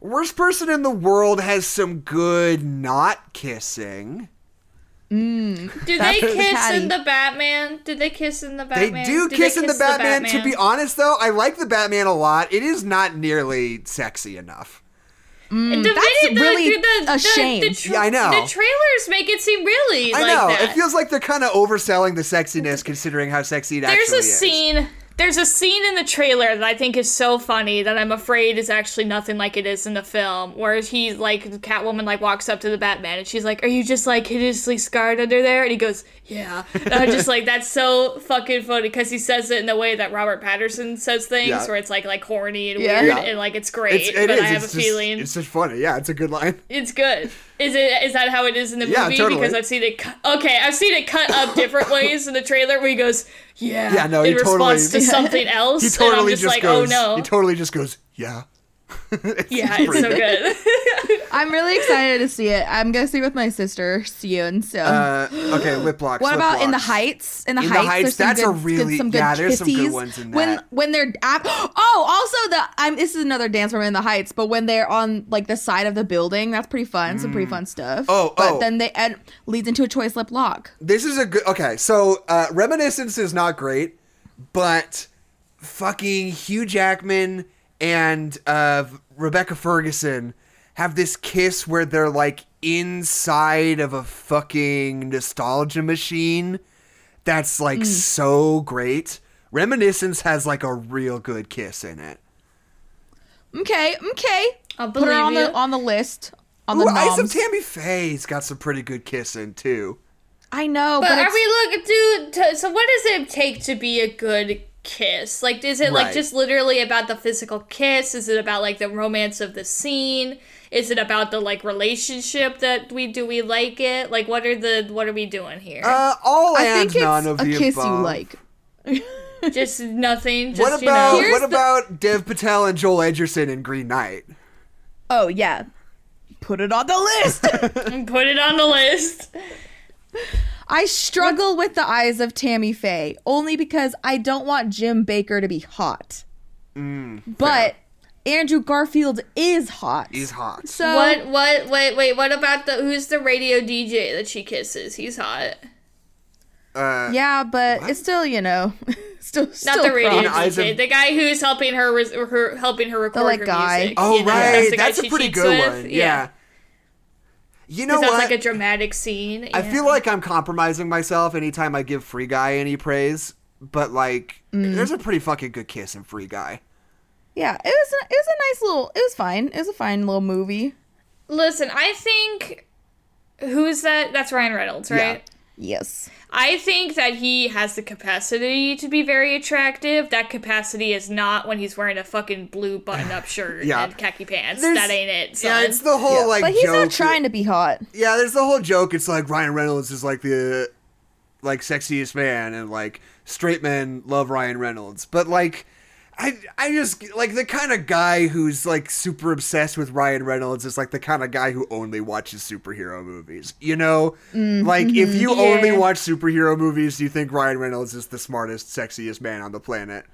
Speaker 1: Worst person in the world has some good not kissing.
Speaker 3: Do
Speaker 2: That's
Speaker 3: they
Speaker 2: pretty
Speaker 3: kiss
Speaker 2: catty.
Speaker 3: in the Batman? Did they kiss in the
Speaker 1: They
Speaker 3: Batman?
Speaker 1: do
Speaker 3: Did
Speaker 1: kiss in the
Speaker 3: kiss
Speaker 1: Batman. To be honest, though, I like the Batman a lot. It is not nearly sexy enough.
Speaker 3: And the
Speaker 2: Mm. that's
Speaker 3: video-
Speaker 2: really a shame.
Speaker 3: tra-
Speaker 1: Yeah, I know.
Speaker 3: The trailers make it seem really.
Speaker 1: I
Speaker 3: like
Speaker 1: know
Speaker 3: That.
Speaker 1: it feels like they're kind of overselling the sexiness, considering how sexy it
Speaker 3: There's
Speaker 1: actually
Speaker 3: a
Speaker 1: is.
Speaker 3: scene. There's a scene in the trailer that I think is so funny that I'm afraid is actually nothing like it is in the film, where he like Catwoman like walks up to the Batman and she's like, "Are you just like hideously scarred under there?" And he goes, "Yeah." And I'm just like, that's so fucking funny because he says it in the way that Robert Patterson says things,
Speaker 1: Yeah.
Speaker 3: where it's like like horny and
Speaker 2: Yeah.
Speaker 3: weird
Speaker 1: Yeah.
Speaker 3: and like it's great,
Speaker 1: It's,
Speaker 3: but
Speaker 1: it is.
Speaker 3: I have
Speaker 1: it's
Speaker 3: a
Speaker 1: just,
Speaker 3: feeling
Speaker 1: It's just funny. Yeah, it's a good line.
Speaker 3: it's good. Is it? Is that how it is in the
Speaker 1: Yeah,
Speaker 3: movie?
Speaker 1: totally.
Speaker 3: Because I've seen it. Cu- okay, I've seen it cut up different ways in the trailer where he goes, "Yeah,"
Speaker 1: Yeah, no,
Speaker 3: in
Speaker 1: he totally-
Speaker 3: response to something else.
Speaker 1: He totally
Speaker 3: and I'm just, like,
Speaker 1: goes.
Speaker 3: "Oh no!"
Speaker 1: He totally just goes. Yeah. It's
Speaker 3: yeah, it's
Speaker 1: pretty
Speaker 3: so good.
Speaker 2: I'm really excited to see it. I'm gonna see it with my sister soon. So,
Speaker 1: Uh, okay, lip locks.
Speaker 2: what
Speaker 1: lip
Speaker 2: about in the
Speaker 1: locks.
Speaker 2: heights? In the
Speaker 1: In the
Speaker 2: heights,
Speaker 1: Heights,
Speaker 2: there's some
Speaker 1: that's a
Speaker 2: good- good-
Speaker 1: really-
Speaker 2: some good
Speaker 1: yeah, there's some good
Speaker 2: kisses.
Speaker 1: ones in
Speaker 2: When
Speaker 1: that.
Speaker 2: when they're at, oh, also the I'm this is another dance from in the heights, but when they're on like the side of the building, that's pretty fun. Some pretty fun stuff.
Speaker 1: Oh,
Speaker 2: but
Speaker 1: oh.
Speaker 2: then they and leads into a choice lip lock.
Speaker 1: This is a good. Okay, so uh, reminiscence is not great, but fucking Hugh Jackman and uh, Rebecca Ferguson have this kiss where they're like inside of a fucking nostalgia machine. That's
Speaker 2: Mm.
Speaker 1: like so great. Reminiscence has like a real good kiss in it.
Speaker 2: Okay, okay.
Speaker 3: I'll
Speaker 2: Put her on
Speaker 3: believe
Speaker 2: the
Speaker 3: you.
Speaker 2: on the list. On
Speaker 1: Ooh,
Speaker 2: the
Speaker 1: Eyes of
Speaker 2: noms.
Speaker 1: Tammy Faye's got some pretty good kissing too.
Speaker 2: I know, but,
Speaker 3: but are
Speaker 2: it's-
Speaker 3: we looking dude? T- so what does it take to be a good kiss? Like, is it
Speaker 1: Right.
Speaker 3: like just literally about the physical kiss? Is it about like the romance of the scene? Is it about the like relationship that we do? We like it? Like, what are the what are we doing here?
Speaker 1: Uh, all
Speaker 2: I
Speaker 1: and
Speaker 2: think it's
Speaker 1: none of
Speaker 2: a
Speaker 1: the
Speaker 2: kiss
Speaker 1: above.
Speaker 2: you like.
Speaker 3: just nothing. Just
Speaker 1: What
Speaker 3: you know.
Speaker 1: about
Speaker 2: Here's
Speaker 1: what
Speaker 2: the-
Speaker 1: about Dev Patel and Joel Edgerton in Green Knight?
Speaker 2: Oh yeah. Put it on the list.
Speaker 3: Put it on the list.
Speaker 2: I struggle with the eyes of Tammy Faye only because I don't want Jim Baker to be hot.
Speaker 1: Mm,
Speaker 2: but Andrew Garfield is hot.
Speaker 1: He's hot.
Speaker 2: So
Speaker 3: What? What? Wait, wait. What about the who's the radio DJ that she kisses? He's hot.
Speaker 1: Uh,
Speaker 2: yeah, but it's still, you know, still
Speaker 3: Not
Speaker 2: still
Speaker 3: the radio
Speaker 2: prompt.
Speaker 1: In Eyes
Speaker 3: DJ.
Speaker 1: of-
Speaker 3: the guy who's helping her, res- her helping her record
Speaker 2: like,
Speaker 3: her
Speaker 2: guy.
Speaker 3: music.
Speaker 1: Oh
Speaker 3: you know,
Speaker 1: right,
Speaker 3: the guy
Speaker 1: that's a
Speaker 3: she
Speaker 1: pretty
Speaker 3: cheats
Speaker 1: good
Speaker 3: with.
Speaker 1: one. Yeah. You know
Speaker 3: Because
Speaker 1: what?
Speaker 3: that's like a dramatic scene.
Speaker 1: I
Speaker 3: yeah.
Speaker 1: feel like I'm compromising myself anytime I give Free Guy any praise, but like, there's a pretty fucking good kiss in Free Guy.
Speaker 2: Yeah, it was a, it was a nice little it was fine. It was a fine little movie.
Speaker 3: Listen, I think. Who's that? That's Ryan Reynolds,
Speaker 1: Yeah.
Speaker 3: right?
Speaker 2: Yes.
Speaker 3: I think that he has the capacity to be very attractive. That capacity is not when he's wearing a fucking blue button-up shirt
Speaker 1: Yeah.
Speaker 3: and khaki pants.
Speaker 1: There's-
Speaker 3: that ain't it. Son.
Speaker 1: Yeah, it's the whole
Speaker 2: Yeah.
Speaker 1: like.
Speaker 2: but he's
Speaker 1: joke-
Speaker 2: not trying to be hot.
Speaker 1: Yeah, there's the whole joke. It's like Ryan Reynolds is like the like sexiest man, and like straight men love Ryan Reynolds. But like, I I just like the kind of guy who's like super obsessed with Ryan Reynolds is like the kind of guy who only watches superhero movies. You know, like if you
Speaker 3: Yeah.
Speaker 1: only watch superhero movies, you think Ryan Reynolds is the smartest, sexiest man on the planet.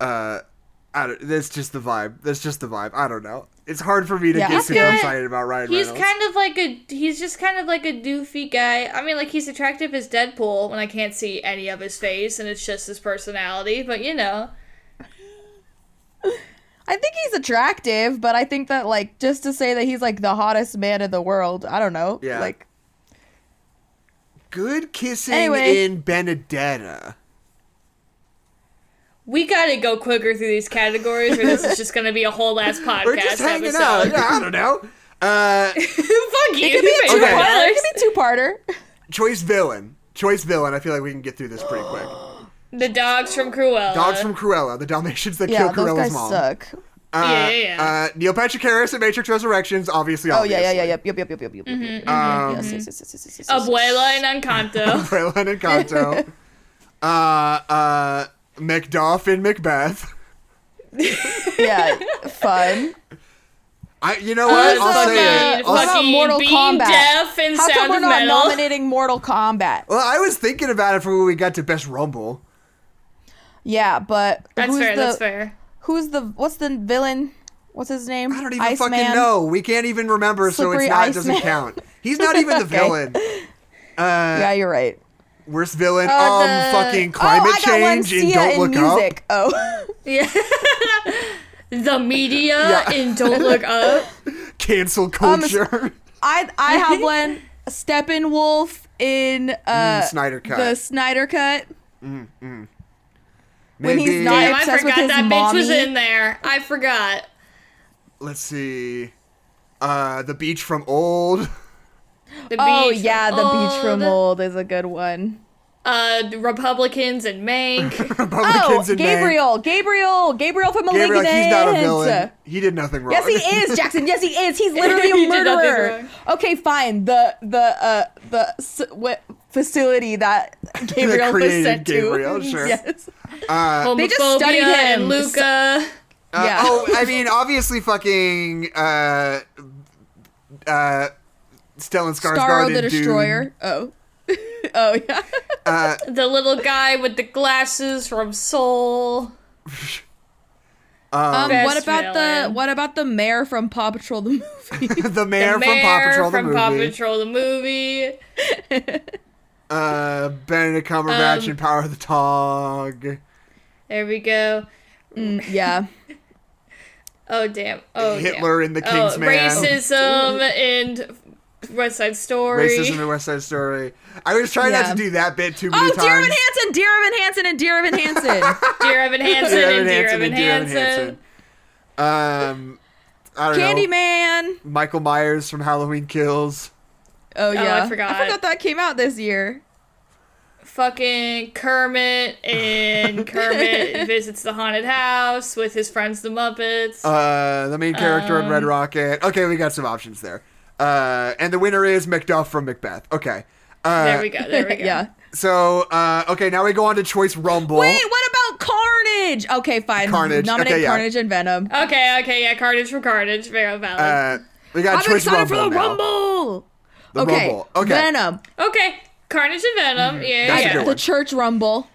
Speaker 1: Uh. I don't, that's just the vibe. That's just the vibe. I don't know. It's hard for me to
Speaker 2: Yeah.
Speaker 1: get
Speaker 2: He's
Speaker 1: super
Speaker 3: got-
Speaker 1: excited about Ryan
Speaker 3: He's
Speaker 1: Reynolds.
Speaker 3: kind of like a he's just kind of like a doofy guy. I mean, like he's attractive as Deadpool when I can't see any of his face and it's just his personality, but you know.
Speaker 2: I think he's attractive, but I think that like just to say that he's like the hottest man in the world, I don't know.
Speaker 1: Yeah.
Speaker 2: Like
Speaker 1: Good kissing
Speaker 2: Anyway.
Speaker 1: in Benedetta.
Speaker 3: We gotta go quicker through these categories, or this is just gonna be a whole last podcast
Speaker 1: We're just hanging
Speaker 3: episode.
Speaker 1: out. Yeah, I don't know. Uh,
Speaker 3: Fuck you.
Speaker 2: it could be a
Speaker 3: you
Speaker 2: two
Speaker 3: made
Speaker 1: Okay.
Speaker 2: parter.
Speaker 3: spoilers.
Speaker 2: It could be two parter.
Speaker 1: choice villain. Choice villain. I feel like we can get through this pretty quick.
Speaker 3: The dogs from Cruella.
Speaker 1: Dogs from Cruella, the Dalmatians that
Speaker 2: Yeah,
Speaker 1: killed
Speaker 2: those
Speaker 1: Cruella's
Speaker 2: guys
Speaker 1: mom.
Speaker 2: suck.
Speaker 1: Uh,
Speaker 3: Yeah, yeah,
Speaker 1: Uh,
Speaker 3: yeah.
Speaker 1: Neil Patrick Harris in Matrix Resurrections, obviously.
Speaker 2: Oh yeah, yeah, yeah,
Speaker 1: obviously.
Speaker 2: yep, yep, yep, yep, yep, yep, yep, yep.
Speaker 1: Um,
Speaker 2: Yes, yes, yes, yes, yes, yes, yes, yes.
Speaker 3: Abuela and Encanto.
Speaker 1: Cruella and Encanto. uh, uh, Macduff in Macbeth.
Speaker 2: Yeah, fun.
Speaker 1: I, you
Speaker 3: Uh,
Speaker 1: know what?
Speaker 2: Also
Speaker 1: I'll say
Speaker 2: the-
Speaker 1: it.
Speaker 2: What
Speaker 1: I'll-
Speaker 2: about
Speaker 3: fucking
Speaker 2: Mortal
Speaker 3: being
Speaker 2: Kombat?
Speaker 3: deaf and
Speaker 2: How come
Speaker 3: Sound
Speaker 2: we're
Speaker 3: of
Speaker 2: not
Speaker 3: Metal.
Speaker 2: nominating Mortal Kombat?
Speaker 1: well, I was thinking about it for when we got to Best Rumble.
Speaker 2: Yeah, but
Speaker 3: That's
Speaker 2: who's
Speaker 3: fair.
Speaker 2: the
Speaker 3: that's fair.
Speaker 2: who's the what's the villain? What's his name?
Speaker 1: I don't even fucking know. We can't even remember, so it's
Speaker 2: Slippery
Speaker 1: not, it doesn't
Speaker 2: Iceman.
Speaker 1: count. He's not even the
Speaker 2: Okay.
Speaker 1: villain. Uh,
Speaker 2: Yeah, you're right.
Speaker 1: worst villain.
Speaker 3: Oh,
Speaker 1: um,
Speaker 3: the-
Speaker 1: fucking
Speaker 2: Oh,
Speaker 1: climate
Speaker 2: I got one.
Speaker 1: change
Speaker 2: Sia
Speaker 1: and don't
Speaker 2: in
Speaker 1: look
Speaker 2: music.
Speaker 1: up.
Speaker 2: Oh,
Speaker 3: Yeah. the media and Don't Look Up.
Speaker 2: Um,
Speaker 1: Cancel culture.
Speaker 2: I I have one. Steppenwolf in uh,
Speaker 1: Snyder Mm, Cut.
Speaker 2: the Snyder Cut. When he's
Speaker 1: Maybe-
Speaker 2: not
Speaker 3: Damn, I
Speaker 2: obsessed with
Speaker 3: forgot
Speaker 2: his
Speaker 3: that bitch
Speaker 2: mommy.
Speaker 3: was in there. I forgot.
Speaker 1: Let's see. Uh, the beach from old.
Speaker 3: The
Speaker 2: oh
Speaker 3: beach
Speaker 2: yeah, the beach
Speaker 1: Oh,
Speaker 2: from old
Speaker 3: old,
Speaker 2: is a good one.
Speaker 3: Uh, Republicans and Mank.
Speaker 1: Republicans
Speaker 2: oh,
Speaker 1: in May.
Speaker 2: Gabriel, Gabriel, Gabriel from Malignant.
Speaker 1: Gabriel, he's not a villain. He did nothing wrong.
Speaker 2: Yes, he is, Jackson. Yes, he is. He's literally
Speaker 3: He
Speaker 2: a
Speaker 3: did nothing
Speaker 2: murderer. Okay, fine. The the uh the s- what facility that Gabriel was
Speaker 1: created
Speaker 2: sent
Speaker 1: Gabriel,
Speaker 2: to.
Speaker 1: sure.
Speaker 2: Yes.
Speaker 1: Uh,
Speaker 2: They just
Speaker 3: Homophobia
Speaker 2: studied
Speaker 3: and
Speaker 2: him.
Speaker 3: Luca.
Speaker 1: uh,
Speaker 2: yeah.
Speaker 1: Oh, I mean, obviously, fucking uh, uh, Stellan Skarsgård
Speaker 2: Starro
Speaker 1: in
Speaker 2: the
Speaker 1: Dune.
Speaker 2: Destroyer. Oh. oh yeah.
Speaker 1: Uh,
Speaker 3: The little guy with the glasses from Soul.
Speaker 2: Um,
Speaker 3: Best
Speaker 2: what about the
Speaker 3: villain.
Speaker 2: what about the mayor from Paw Patrol the movie?
Speaker 1: the mayor,
Speaker 3: the mayor
Speaker 1: from Paw Patrol the
Speaker 3: from
Speaker 1: movie.
Speaker 3: Paw Patrol the movie.
Speaker 1: Uh, Benedict Cumberbatch
Speaker 3: Um,
Speaker 1: in Power of the Dog.
Speaker 3: There we go.
Speaker 2: Mm, yeah.
Speaker 3: Oh damn. Oh
Speaker 1: Hitler in The
Speaker 3: damn. Oh,
Speaker 1: King's Man.
Speaker 3: racism and West Side Story.
Speaker 1: Racism in West Side Story. I was trying not
Speaker 2: Yeah.
Speaker 1: to do that bit too many
Speaker 2: Oh,
Speaker 1: times.
Speaker 2: Dear Evan Hansen, Dear Evan Hansen, and Dear Evan Hansen.
Speaker 3: Dear Evan Hansen
Speaker 1: Dear
Speaker 3: and Dear
Speaker 1: Hansen
Speaker 3: Evan
Speaker 1: and Dear Evan
Speaker 3: Hansen.
Speaker 1: Hansen. Um, I don't know.
Speaker 2: Candyman.
Speaker 1: Michael Myers from Halloween Kills.
Speaker 2: Oh
Speaker 3: I
Speaker 2: yeah,
Speaker 3: forgot.
Speaker 2: I forgot that came out this year.
Speaker 3: Fucking Kermit and Kermit visits the haunted house with his friends the Muppets.
Speaker 1: Uh, the main character in Red
Speaker 3: Um,
Speaker 1: Rocket. Okay, we got some options there. Uh, and the winner is Macduff from Macbeth. Okay. Uh,
Speaker 3: there we go. There we go.
Speaker 2: yeah.
Speaker 1: So, uh, okay, now we go on to Choice Rumble.
Speaker 2: Wait, what about Carnage? Okay, fine.
Speaker 1: Carnage,
Speaker 2: Nominate
Speaker 1: okay, yeah.
Speaker 2: Carnage and Venom.
Speaker 3: Okay, okay, yeah, Carnage from Carnage, very valid.
Speaker 1: uh, we got
Speaker 2: I'm
Speaker 1: Choice
Speaker 2: excited
Speaker 1: Rumble
Speaker 2: for the
Speaker 1: now.
Speaker 2: Rumble.
Speaker 1: The
Speaker 2: okay.
Speaker 1: Rumble. Okay.
Speaker 2: Venom.
Speaker 3: okay, Carnage and Venom,
Speaker 2: Mhm.
Speaker 3: yeah,
Speaker 1: That's a
Speaker 3: yeah.
Speaker 1: good
Speaker 2: The
Speaker 1: one.
Speaker 2: Church Rumble.